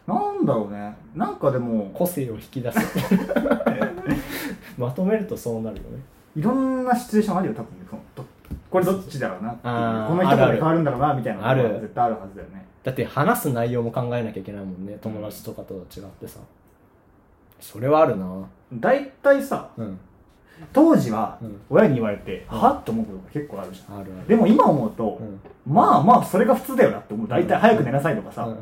[SPEAKER 4] なんだろうね。なんかでも、
[SPEAKER 3] 個性を引き 出すまとめるとそうなるよね
[SPEAKER 4] いろんなシチュエーションあるよ、多分。そのとこれどっちだろうなっていう
[SPEAKER 3] あー
[SPEAKER 4] この人
[SPEAKER 3] あるあ
[SPEAKER 4] で
[SPEAKER 3] る
[SPEAKER 4] 変わるんだろうなみたいなのが
[SPEAKER 3] ある
[SPEAKER 4] 絶対あるはずだよね
[SPEAKER 3] だって話す内容も考えなきゃいけないもんね友達とかとは違ってさそれはあるな
[SPEAKER 4] 大体さ
[SPEAKER 3] うん
[SPEAKER 4] 当時は
[SPEAKER 3] うん
[SPEAKER 4] 親に言われて、はっと思うことが結構あるじゃん
[SPEAKER 3] あるある
[SPEAKER 4] でも今思うと、
[SPEAKER 3] うん
[SPEAKER 4] まあまあそれが普通だよなって思う大体早く寝なさいとかさ、
[SPEAKER 3] う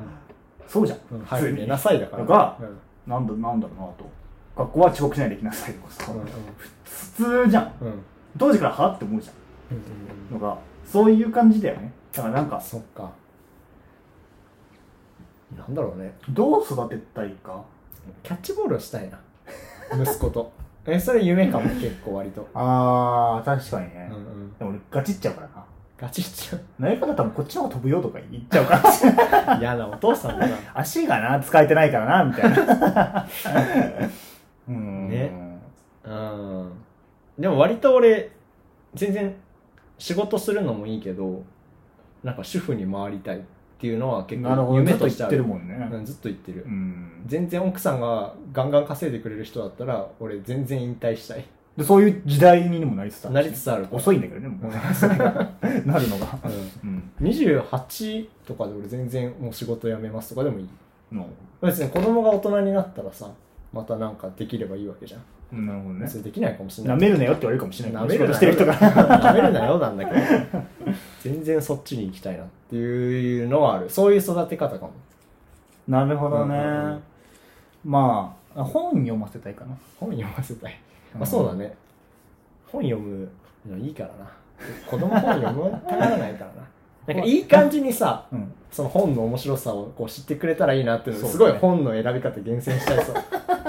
[SPEAKER 4] そうじゃん、
[SPEAKER 3] んうん
[SPEAKER 4] 普
[SPEAKER 3] 早
[SPEAKER 4] 通
[SPEAKER 3] く
[SPEAKER 4] に
[SPEAKER 3] 寝なさいだから
[SPEAKER 4] とか
[SPEAKER 3] うん
[SPEAKER 4] なんだなんだろうなと学校は遅刻しないで行きなさいとかさ、
[SPEAKER 3] うん
[SPEAKER 4] 普通じゃん
[SPEAKER 3] うんうん
[SPEAKER 4] 当時からはって思うじゃ
[SPEAKER 3] うんうん
[SPEAKER 4] んのがそういう感じだよねだからなんか
[SPEAKER 3] そっかなんだろうね
[SPEAKER 4] どう育てたいか
[SPEAKER 3] キャッチボールをしたい な息子とえそれ夢かも結構割と
[SPEAKER 4] あー確かに
[SPEAKER 3] う
[SPEAKER 4] ね
[SPEAKER 3] んうん
[SPEAKER 4] でも俺ガチっちゃうからな
[SPEAKER 3] ガチっちゃ
[SPEAKER 4] 投げ方多分こっちの方が飛ぶよとか言っちゃうか らし
[SPEAKER 3] う嫌なお父さんだな
[SPEAKER 4] 足がな使えてないからなみたいな うーん
[SPEAKER 3] ね うんでも割と俺全然仕事するのもいいけどなんか主婦に回りたいっていうのは結
[SPEAKER 4] なる
[SPEAKER 3] 構
[SPEAKER 4] ほどず
[SPEAKER 3] 夢
[SPEAKER 4] っと
[SPEAKER 3] と
[SPEAKER 4] 言
[SPEAKER 3] して
[SPEAKER 4] っ
[SPEAKER 3] あ
[SPEAKER 4] てる
[SPEAKER 3] る
[SPEAKER 4] もんね
[SPEAKER 3] うんずっと言ってる、
[SPEAKER 4] うん
[SPEAKER 3] 全然奥さんがガンガン稼いでくれる人だったら俺全然引退したい
[SPEAKER 4] でそういう時代にもなりつつある
[SPEAKER 3] なりつつあるから
[SPEAKER 4] 遅いんだけどねもう なるのがうん
[SPEAKER 3] 28とかで俺全然もう仕事辞めますとかでもいい
[SPEAKER 4] の
[SPEAKER 3] 別に子供が大人になったらさまたなんかできればいいわけじゃん
[SPEAKER 4] なるほどね
[SPEAKER 3] 別にできないかもしれな
[SPEAKER 4] ないめるなよって言われるかもしれな
[SPEAKER 3] な
[SPEAKER 4] いけ
[SPEAKER 3] め
[SPEAKER 4] ど
[SPEAKER 3] る
[SPEAKER 4] 仕事
[SPEAKER 3] な
[SPEAKER 4] してる人が
[SPEAKER 3] なめるなよなんだけど全然そっちに行きたいなっていうのはあるそういう育て方かも
[SPEAKER 4] なるほどね、
[SPEAKER 3] うんうんうん
[SPEAKER 4] まあ本読ませたいかな
[SPEAKER 3] 本読ませたい、
[SPEAKER 4] うん
[SPEAKER 3] まあそうだね本読むのいいからな子供本読むたがらないからななんかいい感じにさ
[SPEAKER 4] うん
[SPEAKER 3] その本の面白さをこう知ってくれたらいいなっていうので
[SPEAKER 4] そ
[SPEAKER 3] す
[SPEAKER 4] うだ
[SPEAKER 3] ご
[SPEAKER 4] ね
[SPEAKER 3] い本の選び方厳選したい そう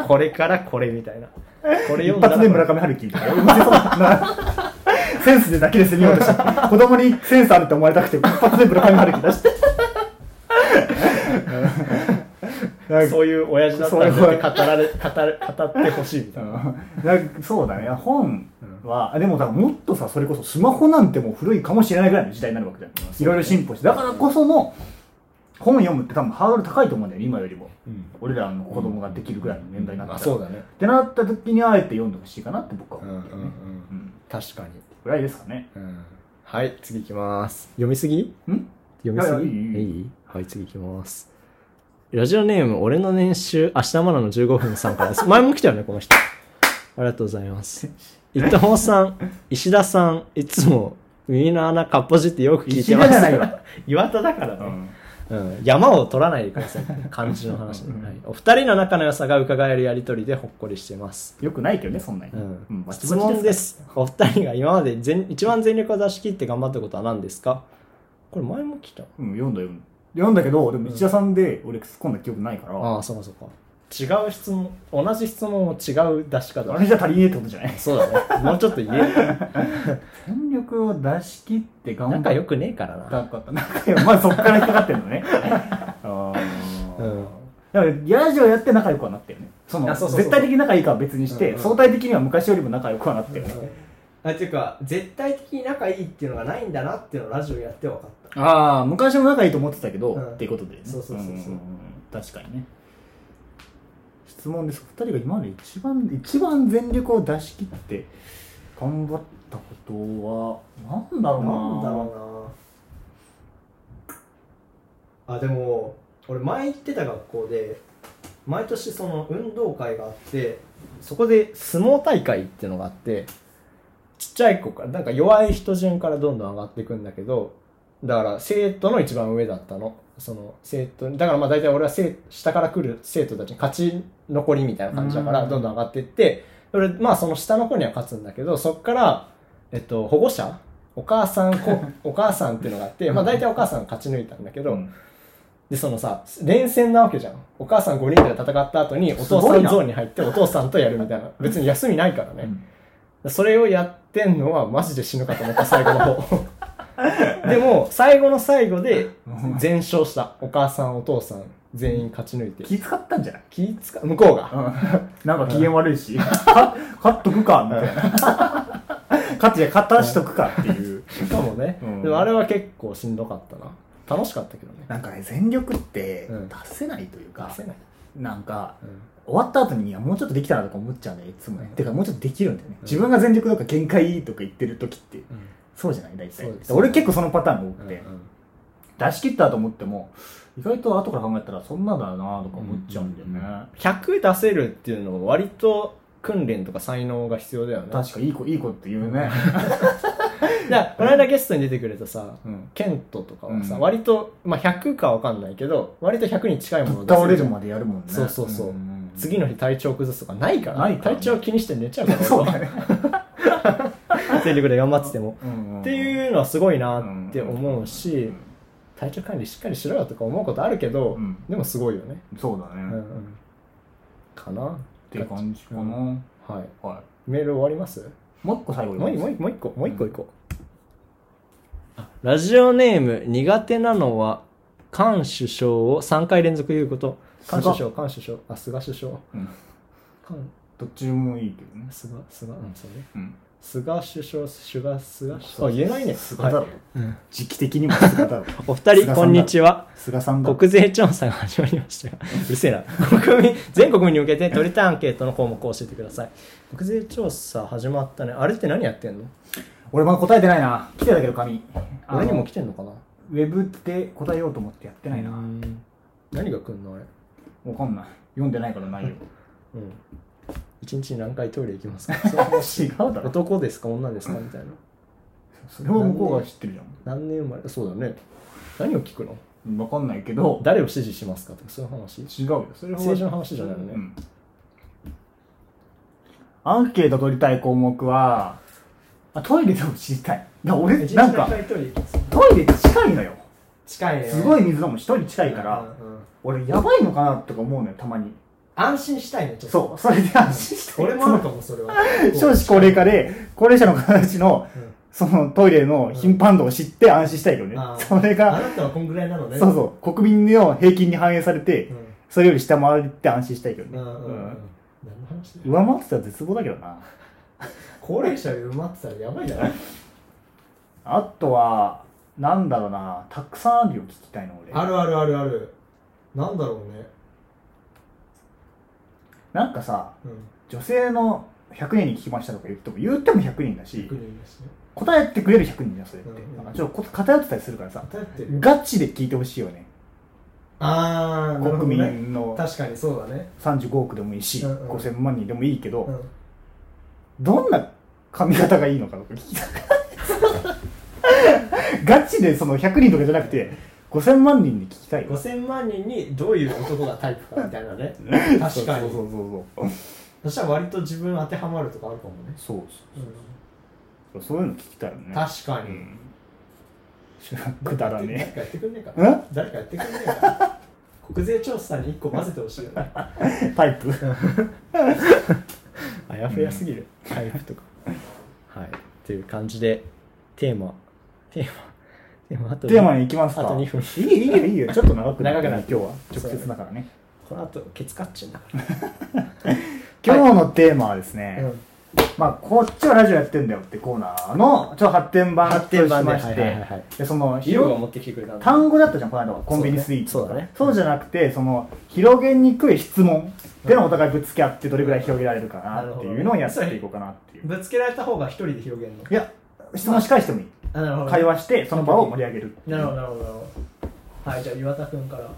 [SPEAKER 3] これからこれみたいなこれ読
[SPEAKER 4] 一
[SPEAKER 3] んだら
[SPEAKER 4] 発で村上春樹とか読ませそうだなセンスでだけです見ようとして子供にセンスあるって思われたくて一発で村上春樹出してなんか
[SPEAKER 3] そういう親父だったんだって語られ語る語ってほしいみた
[SPEAKER 4] う
[SPEAKER 3] いな、
[SPEAKER 4] んなんかそうだね本は、でも多分もっとさそれこそスマホなんてもう古いかもしれないぐらいの時代になるわけじゃん、いろいろ進歩してだからこその本読むって多分ハードル高いと思うんだよね今よりも俺らの子供ができるぐらいの年代になったら、
[SPEAKER 3] あそうだね
[SPEAKER 4] ってなった時にあえて読んでほしいかなって僕は
[SPEAKER 3] う
[SPEAKER 4] 思
[SPEAKER 3] んうん
[SPEAKER 4] う
[SPEAKER 3] う
[SPEAKER 4] けどね、
[SPEAKER 3] ん
[SPEAKER 4] うん
[SPEAKER 3] 確かに、
[SPEAKER 4] ぐらいですかね
[SPEAKER 3] うん、はい次いきます読みすぎ
[SPEAKER 4] ん
[SPEAKER 3] 読みすぎ
[SPEAKER 4] いやいやいいいい
[SPEAKER 3] はい次いきますラジオネーム俺の年収明日まなの15分さんからです前 も来たよねこの人ありがとうございます伊藤さん石田さんいつも耳の穴かっぽじってよく聞いてます
[SPEAKER 4] 石田じゃな いわ
[SPEAKER 3] 岩田だからね、
[SPEAKER 4] う
[SPEAKER 3] う
[SPEAKER 4] ん
[SPEAKER 3] ん、山を取らないでくだ さいって感じの話ね、はい、お二人の仲の良さが伺えるやりとりでほっこりしてます、
[SPEAKER 4] よくないけどねそんなに、
[SPEAKER 3] うん
[SPEAKER 4] うんバチ
[SPEAKER 3] 質
[SPEAKER 4] バチ
[SPEAKER 3] 問ですお二人が今まで全一番全力を出し切って頑張ったことは何ですかこれ前も来た
[SPEAKER 4] うん読んだ読んだ読んだけどでも石田さんで俺突っ込んだ記憶ないから、
[SPEAKER 3] ああそうかそうか違う質問同じ質問を違う出し方
[SPEAKER 4] あれじゃ足りねえってことじゃない
[SPEAKER 3] そうだね もうちょっと言え
[SPEAKER 4] 全力を出し切って頑張
[SPEAKER 3] 仲良
[SPEAKER 4] っ
[SPEAKER 3] くねえからな
[SPEAKER 4] た方仲良くまあそっから引っかかってんの ねああ
[SPEAKER 3] うん
[SPEAKER 4] だからラジオやって仲良くはなったよねその
[SPEAKER 3] あそうそうそう
[SPEAKER 4] 絶対的に仲いいかは別にして、
[SPEAKER 3] うんうん
[SPEAKER 4] 相対的には昔よりも仲良くはなったよね、
[SPEAKER 3] あっていうか絶対的に仲いいっていうのがないんだなっていうのをラジオやって分かった
[SPEAKER 4] ああ昔も仲いいと思ってたけど、
[SPEAKER 3] うん
[SPEAKER 4] っていうことでね
[SPEAKER 3] そうそうそうそうん
[SPEAKER 4] んんん確かにね質問です2人が今まで一番一番全力を出し切って頑張ったことはなんだろうな
[SPEAKER 3] なんだろうなあでも俺前行ってた学校で毎年その運動会があってそこで相撲大会っていうのがあってちっちゃい子からなんか弱い人順からどんどん上がっていくんだけどだから生徒の一番上だったのその生徒だからまあ大体俺は生下から来る生徒たちに勝ち残りみたいな感じだから
[SPEAKER 4] うん
[SPEAKER 3] どんどん上がっていってそれまあその下の子には勝つんだけどそっから、えっと、保護者お母さん子お母さんっていうのがあって、まあ、大体お母さんが勝ち抜いたんだけど、
[SPEAKER 4] うん
[SPEAKER 3] でそのさ連戦なわけじゃんお母さん5人で戦った後にお父
[SPEAKER 4] す
[SPEAKER 3] さ
[SPEAKER 4] ごい
[SPEAKER 3] ん
[SPEAKER 4] な
[SPEAKER 3] ゾーンに入ってお父さんとやるみたいな別に休みないからね、それをやってんのはマジで死ぬかと思った最後の 方でも最後の最後で全勝したお母さんお父さん全員勝ち抜いて
[SPEAKER 4] 気使ったんじゃない、
[SPEAKER 3] 気使向こうが
[SPEAKER 4] なんか機嫌悪いし、か勝っとくかみたいな 勝って勝たしとくかっていう
[SPEAKER 3] かもね、
[SPEAKER 4] うん
[SPEAKER 3] でもあれは結構しんどかったな楽しかったけどね
[SPEAKER 4] なんかね全力って
[SPEAKER 3] うん
[SPEAKER 4] 出せないというか、
[SPEAKER 3] 出せない、
[SPEAKER 4] なんか
[SPEAKER 3] うん
[SPEAKER 4] 終わった後にいやもうちょっとできたなとか思っちゃうねいつもねてかもうちょっとできるんだよね、自分が全力とか限界とか言ってる時ってそうじゃない大体
[SPEAKER 3] そうです
[SPEAKER 4] 俺結構そのパターンが多くて、
[SPEAKER 3] うんうん
[SPEAKER 4] 出し切ったと思っても意外と後から考えたらそんなだなとか思っちゃうんだよね、
[SPEAKER 3] 100出せるっていうのは割と訓練とか才能が必要だよね。
[SPEAKER 4] 確かいい子いい子って言うね、
[SPEAKER 3] だからこの間ゲストに出てくれたさ、
[SPEAKER 4] うん、
[SPEAKER 3] ケントとかはさ、
[SPEAKER 4] うん
[SPEAKER 3] 割と、まあ、100かわかんないけど、割と100に近いもの
[SPEAKER 4] ぶっ
[SPEAKER 3] 出せ
[SPEAKER 4] 倒れるまでやるもんね
[SPEAKER 3] そうそうそうん
[SPEAKER 4] んん
[SPEAKER 3] 次の日体調崩すとかないから、
[SPEAKER 4] ないからね
[SPEAKER 3] 体調気にして寝ちゃうから、
[SPEAKER 4] そうだね、
[SPEAKER 3] 俺は全力で頑張ってても。
[SPEAKER 4] うんうん
[SPEAKER 3] って
[SPEAKER 4] う
[SPEAKER 3] いうのはすごいなって思うし、体調管理しっかりしろよとか思うことあるけど、
[SPEAKER 4] うん
[SPEAKER 3] でもすごいよね。
[SPEAKER 4] そうだね、
[SPEAKER 3] うんう
[SPEAKER 4] っ
[SPEAKER 3] ん、かな
[SPEAKER 4] ていう感じかな、
[SPEAKER 3] はい。
[SPEAKER 4] は
[SPEAKER 3] メール終わります
[SPEAKER 4] いもう一個最後
[SPEAKER 3] もうい
[SPEAKER 4] 言
[SPEAKER 3] も
[SPEAKER 4] ま
[SPEAKER 3] う
[SPEAKER 4] す
[SPEAKER 3] いもう一個、もう一個いこう。あラジオネーム、苦手なのは、菅首相を3回連続言うこと。菅首相、菅首相、あ、菅首相。
[SPEAKER 4] うん
[SPEAKER 3] 菅、
[SPEAKER 4] どっちもいいけどね
[SPEAKER 3] 菅、菅、うん、そうね。
[SPEAKER 4] うん
[SPEAKER 3] 菅首相、菅、菅首相。あ、言えないね。
[SPEAKER 4] 菅だ
[SPEAKER 3] は
[SPEAKER 4] ろ、
[SPEAKER 3] いうん
[SPEAKER 4] 時期的にも菅だろ
[SPEAKER 3] お二人、こんにちは。
[SPEAKER 4] 菅さんだろ
[SPEAKER 3] 国税調査が始まりましたが、 うるせえな。国民、全国民に向けて取りたアンケートの項目を教えてください。国税調査始まったね。あれって何やってんの
[SPEAKER 4] 俺まだ答えてないな来てたけど紙あの
[SPEAKER 3] 俺にも来てんのかな
[SPEAKER 4] ウェブで答えようと思ってやってないな、
[SPEAKER 3] うん何が来んのあれ
[SPEAKER 4] わかんない読んでないから ないよ
[SPEAKER 3] うん一日に何回トイレ行きますか
[SPEAKER 4] 違うだろ
[SPEAKER 3] 男ですか女ですかみたいな
[SPEAKER 4] それは向こうが知ってるじゃ
[SPEAKER 3] 何年生まれそうだね何を聞くの
[SPEAKER 4] んわかんないけど
[SPEAKER 3] 誰を支持しますかとかそういう話
[SPEAKER 4] 違うよそれは
[SPEAKER 3] 政治の話じゃないのね
[SPEAKER 4] うんアンケート取りたい項目はあトイレでも知りたいだから俺なんか
[SPEAKER 3] トイレ行きます
[SPEAKER 4] トイレって近いのよ
[SPEAKER 3] 近いね
[SPEAKER 4] すご
[SPEAKER 3] い
[SPEAKER 4] い水飲むしトイレ近いから俺やばいのかなとか思うのよたまに
[SPEAKER 3] 安心したいねちょっと
[SPEAKER 4] そうそれで安心して
[SPEAKER 3] 俺もあるかもそれ は
[SPEAKER 4] 少子高齢化で、高齢者の方たちの、
[SPEAKER 3] うん
[SPEAKER 4] そのトイレの頻繁度を知って安心したいけどね。
[SPEAKER 3] あー
[SPEAKER 4] それ
[SPEAKER 3] あ
[SPEAKER 4] が、
[SPEAKER 3] なたはこんぐらいなのね
[SPEAKER 4] そうそう、国民の平均に反映されて、
[SPEAKER 3] うん
[SPEAKER 4] それより下回って安心したいけどね。
[SPEAKER 3] うんうんうん
[SPEAKER 4] うん
[SPEAKER 3] 何の話だよ
[SPEAKER 4] 上回ってたら絶望だけどな。
[SPEAKER 3] 高齢者埋まってたらやばいじゃない
[SPEAKER 4] あとは、なんだろうな、たくさんあるよ、聞きたいの俺。
[SPEAKER 3] あるあるあるあるなんだろうね
[SPEAKER 4] なんかさ、
[SPEAKER 3] うん
[SPEAKER 4] 女性の100人に聞きましたとか言っても、言っても100人だし
[SPEAKER 3] 100、人いますね
[SPEAKER 4] 答えてくれる100人じゃん、それって。
[SPEAKER 3] うんうん
[SPEAKER 4] なんかちょっと偏ってたりするからさ、
[SPEAKER 3] 偏ってる
[SPEAKER 4] ガチで聞いてほしいよね。
[SPEAKER 3] ああ、なるほど
[SPEAKER 4] 国
[SPEAKER 3] ね。
[SPEAKER 4] 民の
[SPEAKER 3] 確かにそうだね。
[SPEAKER 4] 35億でもいいし、
[SPEAKER 3] うんうん
[SPEAKER 4] 5000万人でもいいけど、
[SPEAKER 3] うん。
[SPEAKER 4] どんな髪型がいいのかとか聞きたいガチでその100人とかじゃなくて5000万人に聞きたいよ
[SPEAKER 3] 5000万人にどういう男がタイプかみたいなね。確か
[SPEAKER 4] そうそ
[SPEAKER 3] に。
[SPEAKER 4] うそう
[SPEAKER 3] そしたら割と自分当てはまるとかあるかもね。
[SPEAKER 4] そうそう
[SPEAKER 3] うん
[SPEAKER 4] そうそういうの聞きたいよね
[SPEAKER 3] 確かに。
[SPEAKER 4] にくだら
[SPEAKER 3] 誰
[SPEAKER 4] ね
[SPEAKER 3] かやってくんねえか
[SPEAKER 4] えん
[SPEAKER 3] な。誰かやってくんねえかな。国税調査に1個混ぜてほしいよね。
[SPEAKER 4] タイプ
[SPEAKER 3] あやふやすぎる。タイプとか。はい。という感じで、テーマ、テーマ、テーマあと
[SPEAKER 4] テーマに行きますか
[SPEAKER 3] あと2分
[SPEAKER 4] いいよいいよいいよちょっと長くなる
[SPEAKER 3] 長くなる
[SPEAKER 4] 今日は直接だからね
[SPEAKER 3] この後、ケツカッチンだか
[SPEAKER 4] 今日のテーマはですね、
[SPEAKER 3] ら。うん
[SPEAKER 4] まあこっちはラジオやってんだよってコーナーのちょっと発展版
[SPEAKER 3] 発展版で
[SPEAKER 4] としまして、
[SPEAKER 3] はいはいはいはい
[SPEAKER 4] でその
[SPEAKER 3] ヒロが持ってきてくれたんだ
[SPEAKER 4] 単語だったじゃんこの間はコンビニスイーツ
[SPEAKER 3] そうだね
[SPEAKER 4] そうじゃなくてその広げにくい質問でのお互いぶつけ合ってどれぐらい広げられるかなっていうのをやっていこうかなっていう
[SPEAKER 3] ぶつけられた方が一人で広げるの
[SPEAKER 4] いや質問し返してもいい
[SPEAKER 3] あなるほど
[SPEAKER 4] 会話してその場を盛り上げる
[SPEAKER 3] なるほどなるほどなるほどはいじゃあ岩田君から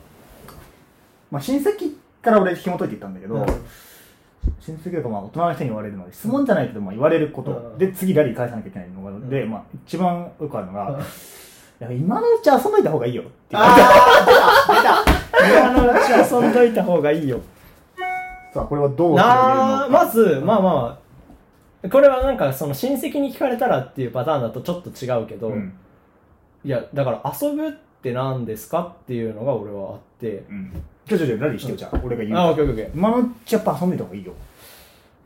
[SPEAKER 4] まあ、親戚から俺紐解いていったんだけど、
[SPEAKER 3] うん
[SPEAKER 4] 親戚とかまあ大人の人に言われるので質問じゃないけどまあ言われること、
[SPEAKER 3] うん
[SPEAKER 4] で次ラリー返さなきゃいけないのがあるので、
[SPEAKER 3] う
[SPEAKER 4] まあ、一番よくあるのが、
[SPEAKER 3] うん
[SPEAKER 4] いや今のうち遊んどいた方がいいよって言われて
[SPEAKER 3] ああ出た出た岩のうち遊んどいた方がいいよ
[SPEAKER 4] さあこれはどう
[SPEAKER 3] なあ
[SPEAKER 4] 広げるのか
[SPEAKER 3] まずまあまあこれはなんかその親戚に聞かれたらっていうパターンだとちょっと違うけど、
[SPEAKER 4] うん
[SPEAKER 3] いやだから遊ぶって何ですかっていうのが俺はあって
[SPEAKER 4] うんちょちょちょラリーしてよじゃあ俺が言う
[SPEAKER 3] あオッケーオッケーオッケー
[SPEAKER 4] 今のうちやっぱ遊んでた方がいいよ。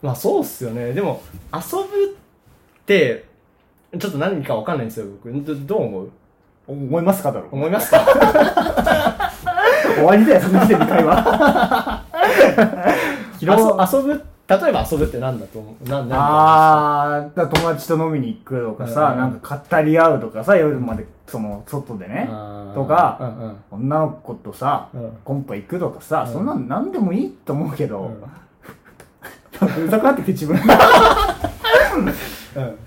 [SPEAKER 3] まあそうっすよねでも遊ぶってちょっと何かわかんないんですよ僕どどう思う
[SPEAKER 4] 思いますかだろう。
[SPEAKER 3] 思いますか
[SPEAKER 4] 終わりだよ、その時点で会話。
[SPEAKER 3] 遊遊ぶ例えば遊ぶってなんだと思うなんなん
[SPEAKER 4] あー、だから友達と飲みに行くとかさ、
[SPEAKER 3] うん
[SPEAKER 4] なんか語り合うとかさ、夜まで、その、外でね、
[SPEAKER 3] あー
[SPEAKER 4] とか
[SPEAKER 3] うんうん
[SPEAKER 4] 女の子とさ
[SPEAKER 3] うん、
[SPEAKER 4] コンパ行くとかさ、
[SPEAKER 3] うん
[SPEAKER 4] そんなんなんでもいいと思うけど、
[SPEAKER 3] うん
[SPEAKER 4] なんかうざくなってきて自分うん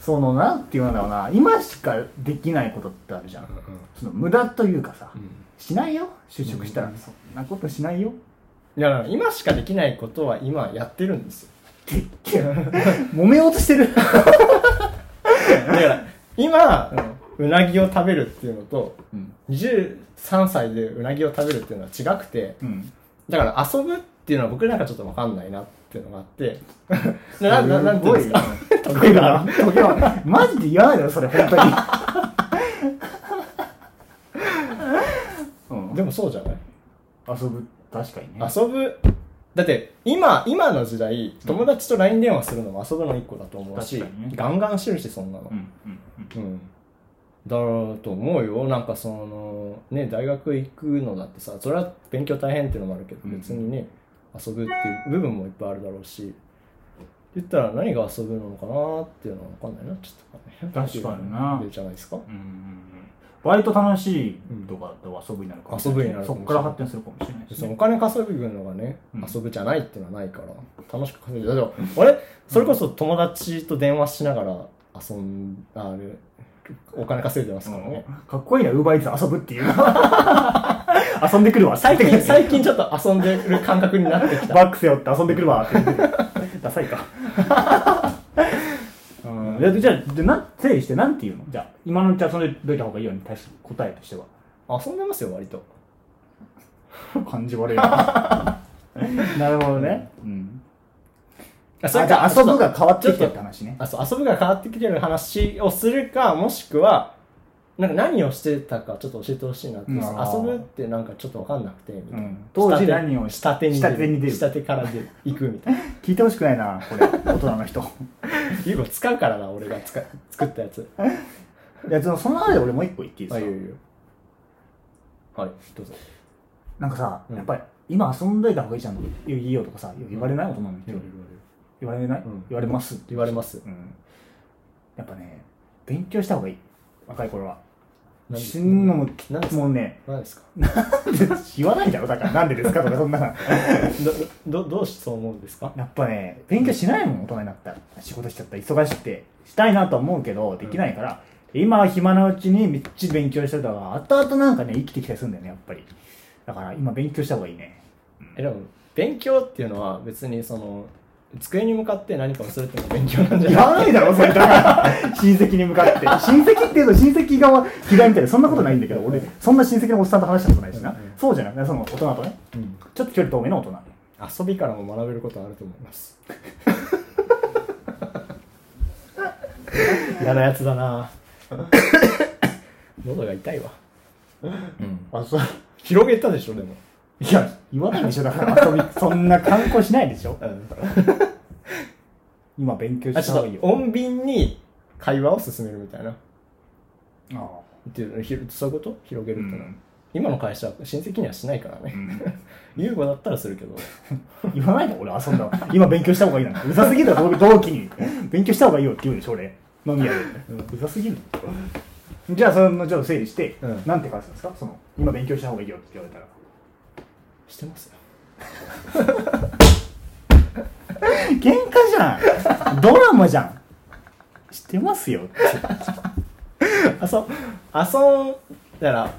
[SPEAKER 4] そのなっていうなんだろうな今しかできないことってあるじゃん、その無駄というかさ、しないよ就職したら、そんなことしないよ
[SPEAKER 3] いや、今しかできないことは今やってるん ですよ。
[SPEAKER 4] でっけえ 揉めよう としてる
[SPEAKER 3] だから、今、うなぎを食べるっていうのと、
[SPEAKER 4] うん
[SPEAKER 3] 23歳でうなぎを食べるっていうのは違くて、
[SPEAKER 4] うん
[SPEAKER 3] だから遊ぶっていうのは僕なんかちょっとわかんないなっていうのがあって、 な、な、なんていうんですか。
[SPEAKER 4] 得意だな得意だなマジで嫌だよそれ本 当にうん
[SPEAKER 3] でもそうじゃない
[SPEAKER 4] 遊ぶ確かにね
[SPEAKER 3] 遊ぶ、だって今、今の時代、友達と LINE 電話するのも遊ぶの一個だと思うし
[SPEAKER 4] 確かにね、
[SPEAKER 3] ガンガン知るし、そんなの
[SPEAKER 4] う。んうんうん
[SPEAKER 3] うん。だろうと思うよ。なんかその、ね、大学行くのだってさ、それは勉強大変っていうのもあるけど、
[SPEAKER 4] うん
[SPEAKER 3] 別にね、遊ぶっていう部分もいっぱいあるだろうし、って言ったら何が遊ぶのかなっていうのはわかんないな、ちょっとわんない
[SPEAKER 4] 確かにな
[SPEAKER 3] でじゃないですか。
[SPEAKER 4] うんうんうん割と楽しいとかと遊ぶになるかもしれない
[SPEAKER 3] 遊ぶになるか
[SPEAKER 4] そ
[SPEAKER 3] もしれない
[SPEAKER 4] こから発展するかもしれないし
[SPEAKER 3] そ
[SPEAKER 4] ね
[SPEAKER 3] のお金稼ぐのがね、
[SPEAKER 4] うん
[SPEAKER 3] 遊ぶじゃないっていうのはないから、楽しく稼いで、だって俺、それこそ友達と電話しながら遊ん、あれ、お金稼いでますからね。
[SPEAKER 4] うんかっこいいな、ウーバーイーツ遊ぶ っていう。遊んでくるわ、
[SPEAKER 3] 最近、最近ちょっと遊んでる感覚になってきた。
[SPEAKER 4] バック背負って遊んでくるわって言ってる。ダサいか。 うん、いやじゃあ、でな整理して、なんて言うのじゃあ、今のうち遊んでどいた方がいいように対して答えとしては。
[SPEAKER 3] 遊んでますよ、割と。
[SPEAKER 4] 感じ悪いな。 なるほどね。うん。
[SPEAKER 3] あ
[SPEAKER 4] あじゃあ、遊ぶが変わってきてって話ね。
[SPEAKER 3] あそう遊ぶが変わってきてる話をするかもしくはなんか何をしてたかちょっと教えてほしいなって、
[SPEAKER 4] うん
[SPEAKER 3] 遊ぶってなんかちょっと分かんなくてみたいな、
[SPEAKER 4] うん当時何をし
[SPEAKER 3] 下手に
[SPEAKER 4] 下手に出る
[SPEAKER 3] 下手からで行くみたいな
[SPEAKER 4] 聞いてほしくないな、これ、大人の人。
[SPEAKER 3] ゆうご使うからな俺が使う作ったやつ
[SPEAKER 4] いや、そのその中で俺もう一個言っていいです
[SPEAKER 3] あ
[SPEAKER 4] か
[SPEAKER 3] いいよいいよはいどうぞ
[SPEAKER 4] なんかさ、
[SPEAKER 3] うん
[SPEAKER 4] やっぱり、今遊んどいた方がいいじゃんとか、いいよとかさ、言われない大人の人。言われない、
[SPEAKER 3] うん
[SPEAKER 4] 言われます。
[SPEAKER 3] 言われます
[SPEAKER 4] うん。やっぱね、勉強した方がいい。若い頃は。
[SPEAKER 3] 何
[SPEAKER 4] 死ぬのも
[SPEAKER 3] 何で、すか
[SPEAKER 4] もうね、
[SPEAKER 3] 何ですか
[SPEAKER 4] 言わないだろ、だから、なんでですかとか、そんな。
[SPEAKER 3] どどどうしてそう思うんですか
[SPEAKER 4] やっぱね、勉強しないもん、大人になったら。仕事しちゃった、忙しくて。したいなとは思うけど、できないから、今は暇なうちにめっちゃ勉強してたら、後々なんかね、生きてきたりするんだよね、やっぱり。だから、今勉強した方がいいね。
[SPEAKER 3] えでも勉強っていうのは別にその机に向かって何かをするっていうのが勉強なんじゃ
[SPEAKER 4] 言
[SPEAKER 3] ない
[SPEAKER 4] わないだろ、それだから。 親戚に向かって。親戚っていうと親戚側嫌いみたいな、そんなことないんだけど、俺、そんな親戚のおっさんと話したことないしな。そうじゃなくて、その大人とね。
[SPEAKER 3] ん
[SPEAKER 4] ちょっと距離遠めの大人。
[SPEAKER 3] 遊びからも学べることはあると思い ます
[SPEAKER 4] 嫌なやつだな
[SPEAKER 3] 喉が痛いわ
[SPEAKER 4] あ、そう。
[SPEAKER 3] 広げたでしょでも
[SPEAKER 4] いや、言わないでしょ、だから遊び、そんな観光しないでしょ。今勉強
[SPEAKER 3] あ
[SPEAKER 4] し
[SPEAKER 3] ちょ
[SPEAKER 4] た方
[SPEAKER 3] っ
[SPEAKER 4] がいいよ
[SPEAKER 3] と。穏便に会話を進めるみたいなっ
[SPEAKER 4] あ
[SPEAKER 3] ていうひそういうこと広げ
[SPEAKER 4] あう
[SPEAKER 3] るってのは、
[SPEAKER 4] ん
[SPEAKER 3] 今の会社は親戚にはしないからね、 優子だったらする けど
[SPEAKER 4] 言わないの俺遊んだわ今勉強した方がいいなんてうざすぎるだろ同同期に勉強した方がいいよって言うでしょ俺飲み屋で、うざすぎるじゃあそのちょっと整理して、
[SPEAKER 3] うん
[SPEAKER 4] なんて返すんですかその今勉強した方がいいよって言われたら
[SPEAKER 3] してますよ
[SPEAKER 4] 喧嘩じゃんドラマじゃん知ってますよって
[SPEAKER 3] 遊遊んだら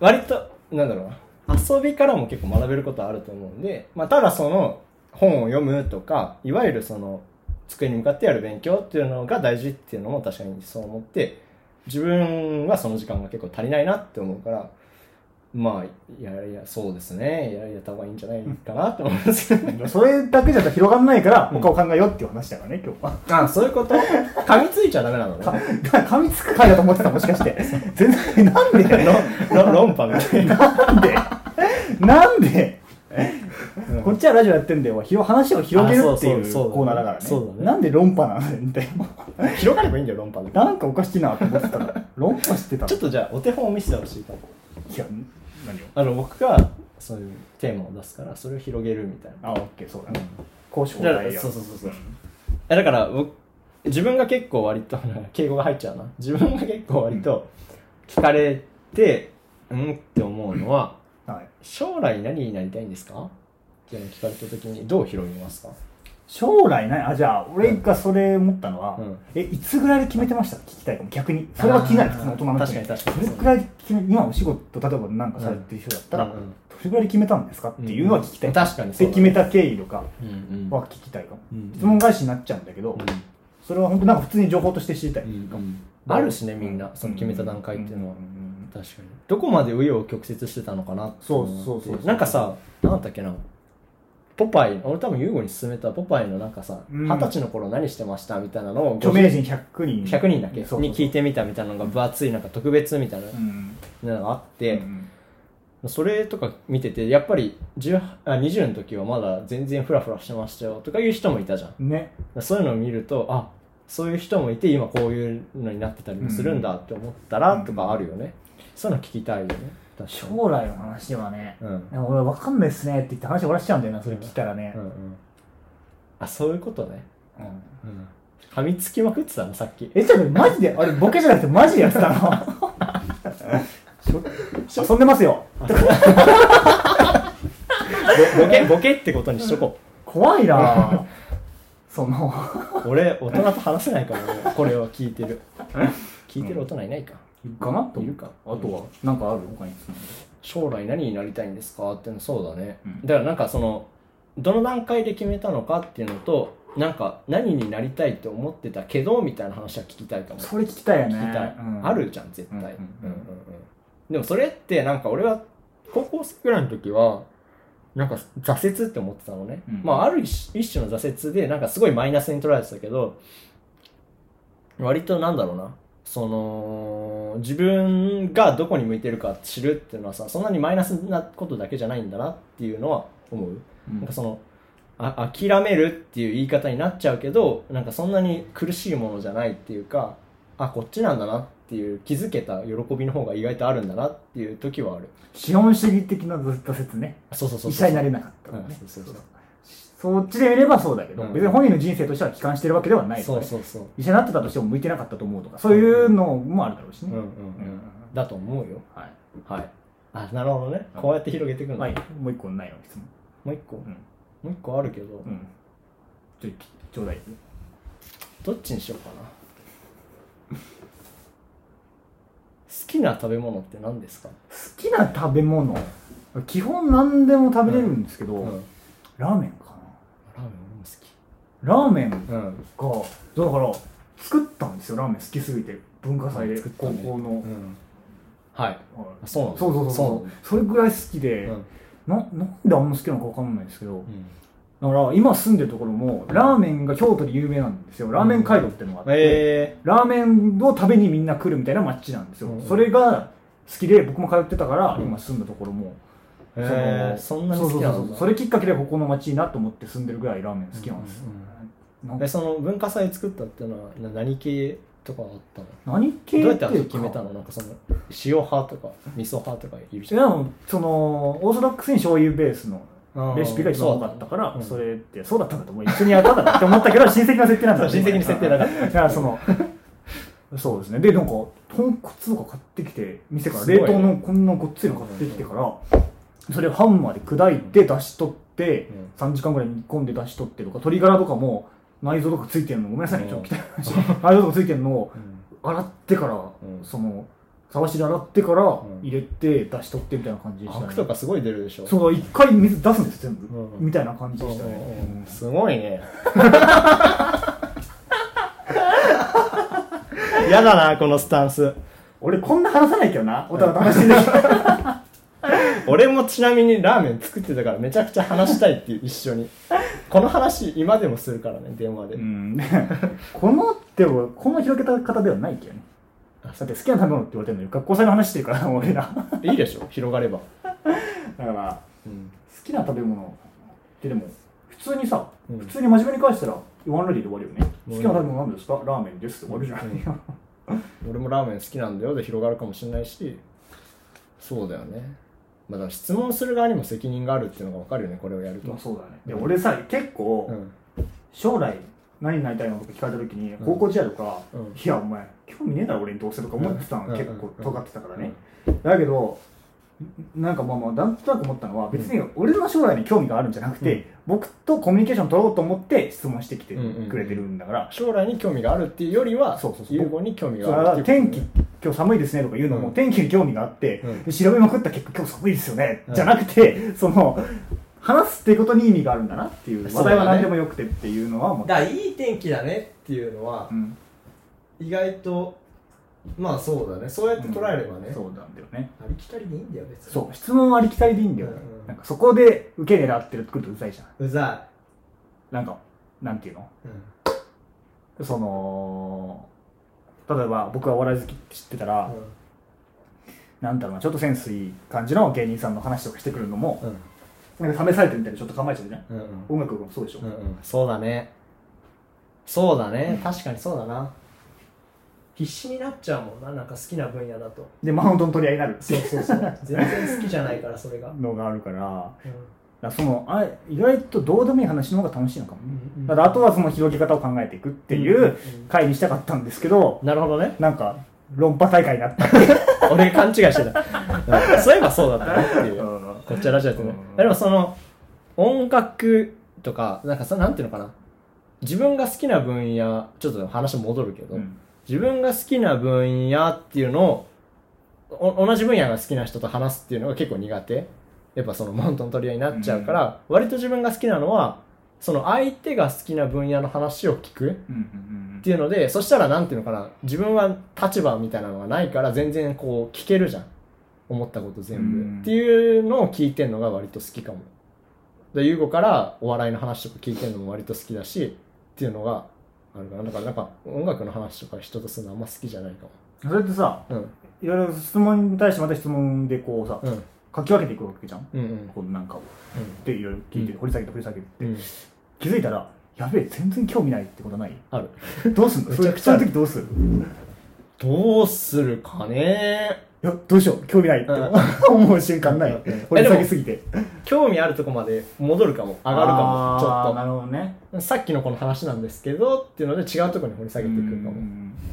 [SPEAKER 3] 割となんだろうな遊びからも結構学べることはあると思うんで、まあ、ただその本を読むとかいわゆるその机に向かってやる勉強っていうのが大事っていうのも確かにそう思って自分はその時間が結構足りないなって思うからまあやいやそうですねややった方がいいんじゃないかなと思いますけど、
[SPEAKER 4] それだけじゃ広がんないから他を考えようっていう話だからね今日は
[SPEAKER 3] あそういうこと噛みついちゃダメなのね
[SPEAKER 4] 噛みつく回だと思ってたもしかして全然なんで
[SPEAKER 3] 論論破みたい な
[SPEAKER 4] なんでなんでこっちはラジオやってんだよ。ひろ話を広げるってい
[SPEAKER 3] あそ
[SPEAKER 4] う
[SPEAKER 3] うそうそう
[SPEAKER 4] コーナーだからね。
[SPEAKER 3] そうだね
[SPEAKER 4] なんで論破なんだよ。
[SPEAKER 3] 広がればいいんだよ論破で
[SPEAKER 4] なんかおかしいなと思ってたら、論破してたの
[SPEAKER 3] ちょっとじゃあお手本を見せてほしいかも
[SPEAKER 4] いや、何を
[SPEAKER 3] あの僕がそういうテーマを出すからそれを広げるみたいな
[SPEAKER 4] あ、オッケー、そうだね。交渉
[SPEAKER 3] だか
[SPEAKER 4] だ
[SPEAKER 3] ら
[SPEAKER 4] よ。
[SPEAKER 3] そうそうそうそうえだから僕自分が結構割と なんか敬語が入っちゃうな自分が結構割と聞かれてうんって思うのは
[SPEAKER 4] はい。
[SPEAKER 3] 将来何になりたいんですかっていうのを聞かれた時にどう広げますか
[SPEAKER 4] 将来ないあ、じゃあ、俺がそれ思ったのは、
[SPEAKER 3] ん
[SPEAKER 4] え、いつぐらいで決めてましたって聞きたいかも、逆に。それは気になる、普通の大人の人
[SPEAKER 3] 確かに確かに
[SPEAKER 4] それくらいで決め、今お仕事、例えばなんかされてる人だったら、
[SPEAKER 3] うんうん
[SPEAKER 4] どれぐらいで決めたんですかっていうのは聞きたい。
[SPEAKER 3] 確かに
[SPEAKER 4] で、
[SPEAKER 3] だ
[SPEAKER 4] 決めた経緯とか
[SPEAKER 3] うんうん
[SPEAKER 4] は聞きたいかも。
[SPEAKER 3] ん
[SPEAKER 4] 質問返しになっちゃうんだけど、それは本当なんか普通に情報として知りたい。
[SPEAKER 3] あるしねみんなその決めた段階っていうのは、
[SPEAKER 4] んんんん
[SPEAKER 3] 確かにどこまで紆余曲折してたのかなって思って
[SPEAKER 4] そうそうそうそう
[SPEAKER 3] なんかさ何だったっけなポパイ俺多分ユーゴに勧めたポパイのなんかさ
[SPEAKER 4] うん
[SPEAKER 3] 二十、歳の頃何してましたみたいなのを
[SPEAKER 4] 著名人100人。
[SPEAKER 3] 100人だけ
[SPEAKER 4] そうそうそう
[SPEAKER 3] に聞いてみたみたいなのが分厚いなんか特別みたいな
[SPEAKER 4] うん
[SPEAKER 3] のがあっ
[SPEAKER 4] う
[SPEAKER 3] て、
[SPEAKER 4] ん
[SPEAKER 3] それとか見ててやっぱり18あ20の時はまだ全然フラフラしてましたよとかいう人もいたじゃん
[SPEAKER 4] ね。
[SPEAKER 3] そういうのを見るとあそういう人もいて今こういうのになってたりもするんだって思ったら、
[SPEAKER 4] うん
[SPEAKER 3] とかあるよね、そういうの聞きたいよね確かに
[SPEAKER 4] 将来の話はね、
[SPEAKER 3] うん
[SPEAKER 4] でも俺わかんないっすねって言って話終わらしちゃうんだよな、それ聞いたらね
[SPEAKER 3] うんう。んあそういうことね
[SPEAKER 4] うん
[SPEAKER 3] うん噛みつきまくってたのさっ き
[SPEAKER 4] え、ちょっとマジで、あれボケじゃなくてマジでやってたの しょ遊んでますよ。
[SPEAKER 3] ボケボケってことにしとこ
[SPEAKER 4] 怖いなぁその、
[SPEAKER 3] う 俺大人と話せないからねこれを聞いてる聞いてる大人いないか、
[SPEAKER 4] いるかなと
[SPEAKER 3] いるか
[SPEAKER 4] あとは、なんかある他に質問。
[SPEAKER 3] 将来何になりたいんですかっていうのそうだね、
[SPEAKER 4] うん
[SPEAKER 3] だからなんかそのどの段階で決めたのかっていうのとなんか何になりたいって思ってたけどみたいな話は聞きたいかも
[SPEAKER 4] それ聞きたいよね。
[SPEAKER 3] 聞きたい、
[SPEAKER 4] うん
[SPEAKER 3] あるじゃん絶対、
[SPEAKER 4] うんうんうん
[SPEAKER 3] うんうんうんでもそれってなんか俺は高校生ぐらいの時はなんか挫折って思ってたのね、
[SPEAKER 4] うん
[SPEAKER 3] まあある一一種の挫折でなんかすごいマイナスに捉えてたけど割となんだろうなその自分がどこに向いてるか知るっていうのはさそんなにマイナスなことだけじゃないんだなっていうのは思う、
[SPEAKER 4] うん
[SPEAKER 3] なんかそのあ諦めるっていう言い方になっちゃうけどなんかそんなに苦しいものじゃないっていうかあこっちなんだなっていう気づけた喜びの方が意外とあるんだなっていう時はある
[SPEAKER 4] 資本主義的な挫折ね。
[SPEAKER 3] そうそうそう
[SPEAKER 4] 医
[SPEAKER 3] そう
[SPEAKER 4] 者になれなかったとか
[SPEAKER 3] うん
[SPEAKER 4] ね。
[SPEAKER 3] そうそうそう
[SPEAKER 4] そっちで見ればそうだけど、
[SPEAKER 3] うん
[SPEAKER 4] 別に本人の人生としては帰還してるわけではないと
[SPEAKER 3] そ
[SPEAKER 4] か
[SPEAKER 3] う
[SPEAKER 4] ね
[SPEAKER 3] そうそう
[SPEAKER 4] 医者になってたとしても向いてなかったと思うとか、そういうのもあるだろうし
[SPEAKER 3] うん
[SPEAKER 4] ね。
[SPEAKER 3] うん
[SPEAKER 4] うん
[SPEAKER 3] うんだと思うよ
[SPEAKER 4] はい
[SPEAKER 3] はいあなるほどねこうやって広げていくんだ、
[SPEAKER 4] はい、もう一個ないの質問。
[SPEAKER 3] もう一個、
[SPEAKER 4] ん
[SPEAKER 3] もう一個あるけど、
[SPEAKER 4] うん。ちょい、ちょうだい。
[SPEAKER 3] どっちにしようかな好きな食べ物って何ですか、
[SPEAKER 4] 好きな食べ物基本何でも食べれるんですけど、
[SPEAKER 3] うん、ラーメン
[SPEAKER 4] ラーメン
[SPEAKER 3] 俺
[SPEAKER 4] か
[SPEAKER 3] も好き
[SPEAKER 4] なラーメンが
[SPEAKER 3] うん
[SPEAKER 4] だから作ったんですよラーメン好きすぎて文化祭で、
[SPEAKER 3] うん作った
[SPEAKER 4] 高
[SPEAKER 3] ね
[SPEAKER 4] 校の、
[SPEAKER 3] うんはい
[SPEAKER 4] はい
[SPEAKER 3] あそうなんだ
[SPEAKER 4] そうそうそう
[SPEAKER 3] そうなん
[SPEAKER 4] そう
[SPEAKER 3] だ
[SPEAKER 4] それぐらい好きで、
[SPEAKER 3] うん
[SPEAKER 4] ななんであんま好きなのかわかんないですけど、
[SPEAKER 3] うん
[SPEAKER 4] だから今住んでるところもラーメンが京都で有名なんですよラーメン街道ってのがあって、
[SPEAKER 3] え
[SPEAKER 4] ラーメンを食べにみんな来るみたいな街なんですよ、
[SPEAKER 3] うん
[SPEAKER 4] それが好きで僕も通ってたから、
[SPEAKER 3] うん
[SPEAKER 4] 今住んだところも
[SPEAKER 3] ー、えー、そんなに好きな
[SPEAKER 4] そうそ
[SPEAKER 3] ん
[SPEAKER 4] う
[SPEAKER 3] だ
[SPEAKER 4] そうそうそれきっかけでここの町いいなと思って住んでるぐらいラーメン好きなんですよ、なんか
[SPEAKER 3] えその文化祭作ったっていうのはな何系とかあったの
[SPEAKER 4] 何系
[SPEAKER 3] どうやっててあ
[SPEAKER 4] いう
[SPEAKER 3] の
[SPEAKER 4] か
[SPEAKER 3] 決めたのなんかその塩派とか味噌派とかいる
[SPEAKER 4] いやでもそのオーソドックスに醤油ベースの
[SPEAKER 3] ん
[SPEAKER 4] レシピが一番多かったから
[SPEAKER 3] うん
[SPEAKER 4] それってそうだったんだと思う一緒にやったんだなって思った けど親戚の設定なんだ
[SPEAKER 3] そう親戚の設定だから
[SPEAKER 4] だからそのそうですねでなんか豚骨とか買ってきて店から
[SPEAKER 3] すごい
[SPEAKER 4] 冷
[SPEAKER 3] ね
[SPEAKER 4] 凍のこんなごっついの買ってきてからそれをハンマーで砕いて出し取って
[SPEAKER 3] うん
[SPEAKER 4] 3時間ぐらい煮込んで出し取ってとか鶏ガラとかも内臓とかついてるのごめんなさいねちょっと汚い話内臓とかついてるのを
[SPEAKER 3] うん
[SPEAKER 4] 洗ってから、
[SPEAKER 3] うん
[SPEAKER 4] そのたわしで洗ってから
[SPEAKER 3] ん
[SPEAKER 4] 入れて出し取ってみたいな感じでした
[SPEAKER 3] ア
[SPEAKER 4] ね、
[SPEAKER 3] クとかすごい出るでしょ
[SPEAKER 4] そう一回水出すんです全部、
[SPEAKER 3] うん
[SPEAKER 4] みたいな感じ
[SPEAKER 3] そ
[SPEAKER 4] で
[SPEAKER 3] う
[SPEAKER 4] し
[SPEAKER 3] そ
[SPEAKER 4] た
[SPEAKER 3] う
[SPEAKER 4] ね、
[SPEAKER 3] うんすごい ねやだなこのスタンス
[SPEAKER 4] 俺こんな話さないけどな大人と話してる けど
[SPEAKER 3] 俺もちなみにラーメン作ってたからめちゃくちゃ話したいっていう一緒にこの話今でもするからね電話で、
[SPEAKER 4] うんこのでもこの広げた方ではないけどねだって好きな食べ物って言われてるのよ学校祭の話してるから 俺らだ
[SPEAKER 3] いいでしょ広がれば、
[SPEAKER 4] から
[SPEAKER 3] うん、
[SPEAKER 4] 好きな食べ物ってでも普通にさ、
[SPEAKER 3] うん
[SPEAKER 4] 普通に真面目に返したらワンラリーで終わるよね、
[SPEAKER 3] うん
[SPEAKER 4] 好きな食べ物なんですかラーメンですって終わるじゃない、
[SPEAKER 3] うん俺もラーメン好きなんだよで広がるかもしれないしそうだよねまあだから質問する側にも責任があるっていうのが分かるよねこれをやると、
[SPEAKER 4] まあそうだねで俺さ結構、
[SPEAKER 3] うん
[SPEAKER 4] 将来何になりたいのとか聞かれた時に高校時代とか、
[SPEAKER 3] うん
[SPEAKER 4] いやお前興味ねえだろ俺にどうせとか思ってたの、結構尖ってたからね、だけどなんかまあまあ、なんとなく思ったのは、別に俺の将来に興味があるんじゃなくて、僕とコミュニケーション取ろうと思って質問してきてくれてるんだから、
[SPEAKER 3] 将来に興味があるっていうよりは、
[SPEAKER 4] そうそうそう
[SPEAKER 3] ユーゴに興味
[SPEAKER 4] それ
[SPEAKER 3] があ
[SPEAKER 4] は
[SPEAKER 3] るっていう
[SPEAKER 4] 天
[SPEAKER 3] こと
[SPEAKER 4] 気
[SPEAKER 3] ね、
[SPEAKER 4] 今日寒いですねとか言うのも、
[SPEAKER 3] うん
[SPEAKER 4] 天気に興味があって、
[SPEAKER 3] う
[SPEAKER 4] 調べまくった結果、今日寒いですよね、
[SPEAKER 3] うん
[SPEAKER 4] じゃなくて、その、話すっていうことに意味があるんだなっていう、
[SPEAKER 3] そ
[SPEAKER 4] 話
[SPEAKER 3] うだね
[SPEAKER 4] 題は何でもよくてっていうのは思った。
[SPEAKER 3] だからいい天気だねっていうのは
[SPEAKER 4] う、ん、
[SPEAKER 3] 意外と、まあそうだね。そうやって捉えればね、
[SPEAKER 4] そうなんだよね。
[SPEAKER 3] ありきたりでいいんだよ、別に。
[SPEAKER 4] そう、質問はありきたりでいいんだよね。
[SPEAKER 3] うん
[SPEAKER 4] なんかそこで受け狙ってるってくるとうざいじゃん。
[SPEAKER 3] うざ
[SPEAKER 4] なんか、なんていうの
[SPEAKER 3] い。うん
[SPEAKER 4] その、例えば僕はお笑い好きって知ってたら、なんだろうな、ちょっとセンスいい感じの芸人さんの話とかしてくるのも、
[SPEAKER 3] うん
[SPEAKER 4] なんか試されてるみたいでちょっと構えちゃうじゃん。
[SPEAKER 3] うんうん
[SPEAKER 4] 音楽もそうでしょ。
[SPEAKER 3] うんうんそうだねそうだね、
[SPEAKER 4] うん
[SPEAKER 3] 確かにそうだな必死になっちゃうもんななんか好きな分野だと
[SPEAKER 4] で、マウントの取り合いになるって
[SPEAKER 3] そうそう そう全然好きじゃないからそれが、
[SPEAKER 4] のがあるから、だか
[SPEAKER 3] うん
[SPEAKER 4] らそのあ、意外とどうでもいい話の方が楽しいのかもね。
[SPEAKER 3] うんうん
[SPEAKER 4] ただあとはその広げ方を考えていくっていう回にしたかったんですけど、
[SPEAKER 3] なるほどね
[SPEAKER 4] なんか、論破大会になった。
[SPEAKER 3] 俺勘違いしてた、うんそういえばそうだったねっていううんこっちはラジオやってね
[SPEAKER 4] うん
[SPEAKER 3] でもその音楽とかなんかさなんていうのかな自分が好きな分野ちょっと話戻るけど、
[SPEAKER 4] うん
[SPEAKER 3] 自分が好きな分野っていうのをお同じ分野が好きな人と話すっていうのが結構苦手やっぱそのマウントの取り合いになっちゃうから、割と自分が好きなのはその相手が好きな分野の話を聞くっ
[SPEAKER 4] うんうん
[SPEAKER 3] ていうのでそしたらなんていうのかな自分は立場みたいなのがないから全然こう聞けるじゃん思ったこと
[SPEAKER 4] うん
[SPEAKER 3] 全部っていうのを聞いてんのが割と好きかもで優吾からお笑いの話とか聞いてんのも割と好きだしっていうのがあるかなだからなんか音楽の話とか人とするのあんま好きじゃないかも
[SPEAKER 4] うんそれってさ、
[SPEAKER 3] うん
[SPEAKER 4] いろいろ質問に対してまた質問でこうさ、
[SPEAKER 3] うん
[SPEAKER 4] 書き分けていくわけじゃん。
[SPEAKER 3] うんうん
[SPEAKER 4] こうなんかを。で、いろいろ聞いて、
[SPEAKER 3] うん
[SPEAKER 4] 掘り下げて掘り下げてって、
[SPEAKER 3] うん
[SPEAKER 4] 気づいたら、やべえ、全然興味ないってことない
[SPEAKER 3] ある
[SPEAKER 4] どうすんの
[SPEAKER 3] め
[SPEAKER 4] そ
[SPEAKER 3] ち
[SPEAKER 4] うい
[SPEAKER 3] ゃ
[SPEAKER 4] う
[SPEAKER 3] くちゃある
[SPEAKER 4] そういう時どうする
[SPEAKER 3] どうするかね
[SPEAKER 4] いや、どうしよう、興味ないって思う瞬間ない
[SPEAKER 3] うん。
[SPEAKER 4] 掘り下げすぎて。
[SPEAKER 3] 興味あるとこまで戻るかも上がる
[SPEAKER 4] あー
[SPEAKER 3] かも
[SPEAKER 4] な
[SPEAKER 3] ち
[SPEAKER 4] るほどね。
[SPEAKER 3] ょっとさっきのこの話なんですけどっていうので違うところに掘り下げていくるか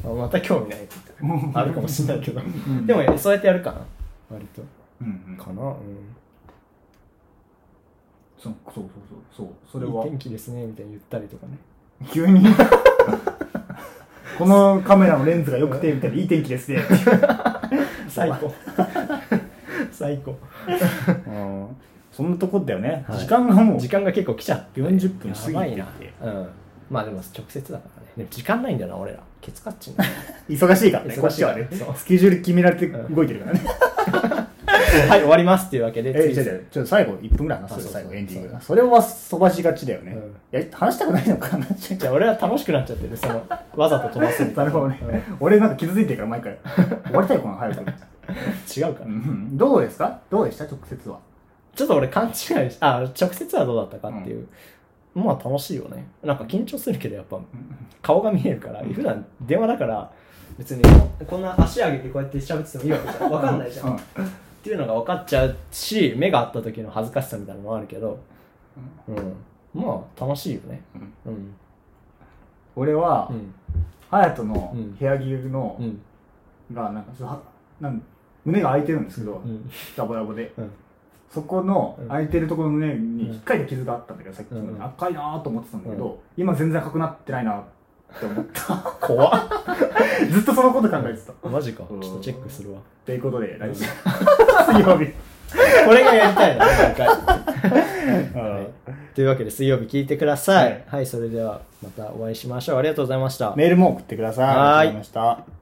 [SPEAKER 3] もあまた興味ないって言ってあるかもしれないけど
[SPEAKER 4] ん
[SPEAKER 3] でもそうやってやるかな割と
[SPEAKER 4] うんうん
[SPEAKER 3] かなうん
[SPEAKER 4] そうそうそうそう。それ
[SPEAKER 3] いい
[SPEAKER 4] は、
[SPEAKER 3] 天気ですねみたいに言ったりとかね
[SPEAKER 4] 急に。このカメラのレンズが良くて、みたいな、いい天気ですね。
[SPEAKER 3] 最高最高
[SPEAKER 4] うんそんなとこだよね。
[SPEAKER 3] はい
[SPEAKER 4] 時間がもう
[SPEAKER 3] 時間が結構来ちゃって
[SPEAKER 4] 40分
[SPEAKER 3] やば
[SPEAKER 4] 過ぎ
[SPEAKER 3] い
[SPEAKER 4] て
[SPEAKER 3] な
[SPEAKER 4] て、
[SPEAKER 3] うん、まあでも直接だからねでも時間ないんだよな俺らケツカッチンだよ
[SPEAKER 4] 忙しいからね、こ
[SPEAKER 3] 忙
[SPEAKER 4] っ
[SPEAKER 3] しい
[SPEAKER 4] ち
[SPEAKER 3] か
[SPEAKER 4] は
[SPEAKER 3] ら
[SPEAKER 4] ね
[SPEAKER 3] そう。
[SPEAKER 4] スケジュール決められて動いて るからね。
[SPEAKER 3] はい、終わりますっていうわけで、
[SPEAKER 4] え、
[SPEAKER 3] 次
[SPEAKER 4] じゃじゃちょっと最後1分ぐらい話すよ、
[SPEAKER 3] あそうそう
[SPEAKER 4] 最後エンディングが。それは飛ばしがちだよね
[SPEAKER 3] うん。
[SPEAKER 4] いや、話したくないのかな、ちょっ
[SPEAKER 3] じゃあ俺は楽 しくなっちゃってる、その、わざと飛ばすみ
[SPEAKER 4] となるほどね。俺なんか傷ついてるから、毎回。終わりたいかな、早
[SPEAKER 3] 違
[SPEAKER 4] く。
[SPEAKER 3] うか
[SPEAKER 4] う
[SPEAKER 3] ら、
[SPEAKER 4] んどうですかどうでした直接は。
[SPEAKER 3] ちょっと俺勘違いし、あ、直接はどうだったかっていう。まあ楽しいよね。なんか緊張するけど、やっぱ顔が見えるから、普段電話だから、別にここんな足上げてこうやって喋っててもいいわけじゃん。わかんないじゃん。
[SPEAKER 4] うん
[SPEAKER 3] っていうのが分かっちゃうし、目が合った時の恥ずかしさみたいなのもあるけど、うん。まあ楽しいよね。うん。
[SPEAKER 4] 俺は
[SPEAKER 3] う、ん。
[SPEAKER 4] 隼人の
[SPEAKER 3] うん
[SPEAKER 4] 部屋着の
[SPEAKER 3] う、ん。
[SPEAKER 4] が、なんかちょっとは、なん胸が開いてるんですけど
[SPEAKER 3] ん、
[SPEAKER 4] ダボダボで
[SPEAKER 3] うん。
[SPEAKER 4] そこの
[SPEAKER 3] うん
[SPEAKER 4] 開いてるところの胸に引っかいた傷があったんだけど、さっきの
[SPEAKER 3] うん
[SPEAKER 4] 赤いなーと思ってたんだけ
[SPEAKER 3] う
[SPEAKER 4] ど、今全然赤くなってないなって思 った。
[SPEAKER 3] 怖っ。
[SPEAKER 4] ずっとそのこと考えてた。
[SPEAKER 3] マジか。ちょ
[SPEAKER 4] うん
[SPEAKER 3] っとチェックするわ。
[SPEAKER 4] ということで、来週、 水曜日。
[SPEAKER 3] これがやりたいな、毎回。
[SPEAKER 4] うん
[SPEAKER 3] というわけで水曜日聞いてください。
[SPEAKER 4] は
[SPEAKER 3] はいい、それではまたお会いしましょう。ありがとうございました。
[SPEAKER 4] メールも送ってください。
[SPEAKER 3] はーい
[SPEAKER 4] ありがとうございました。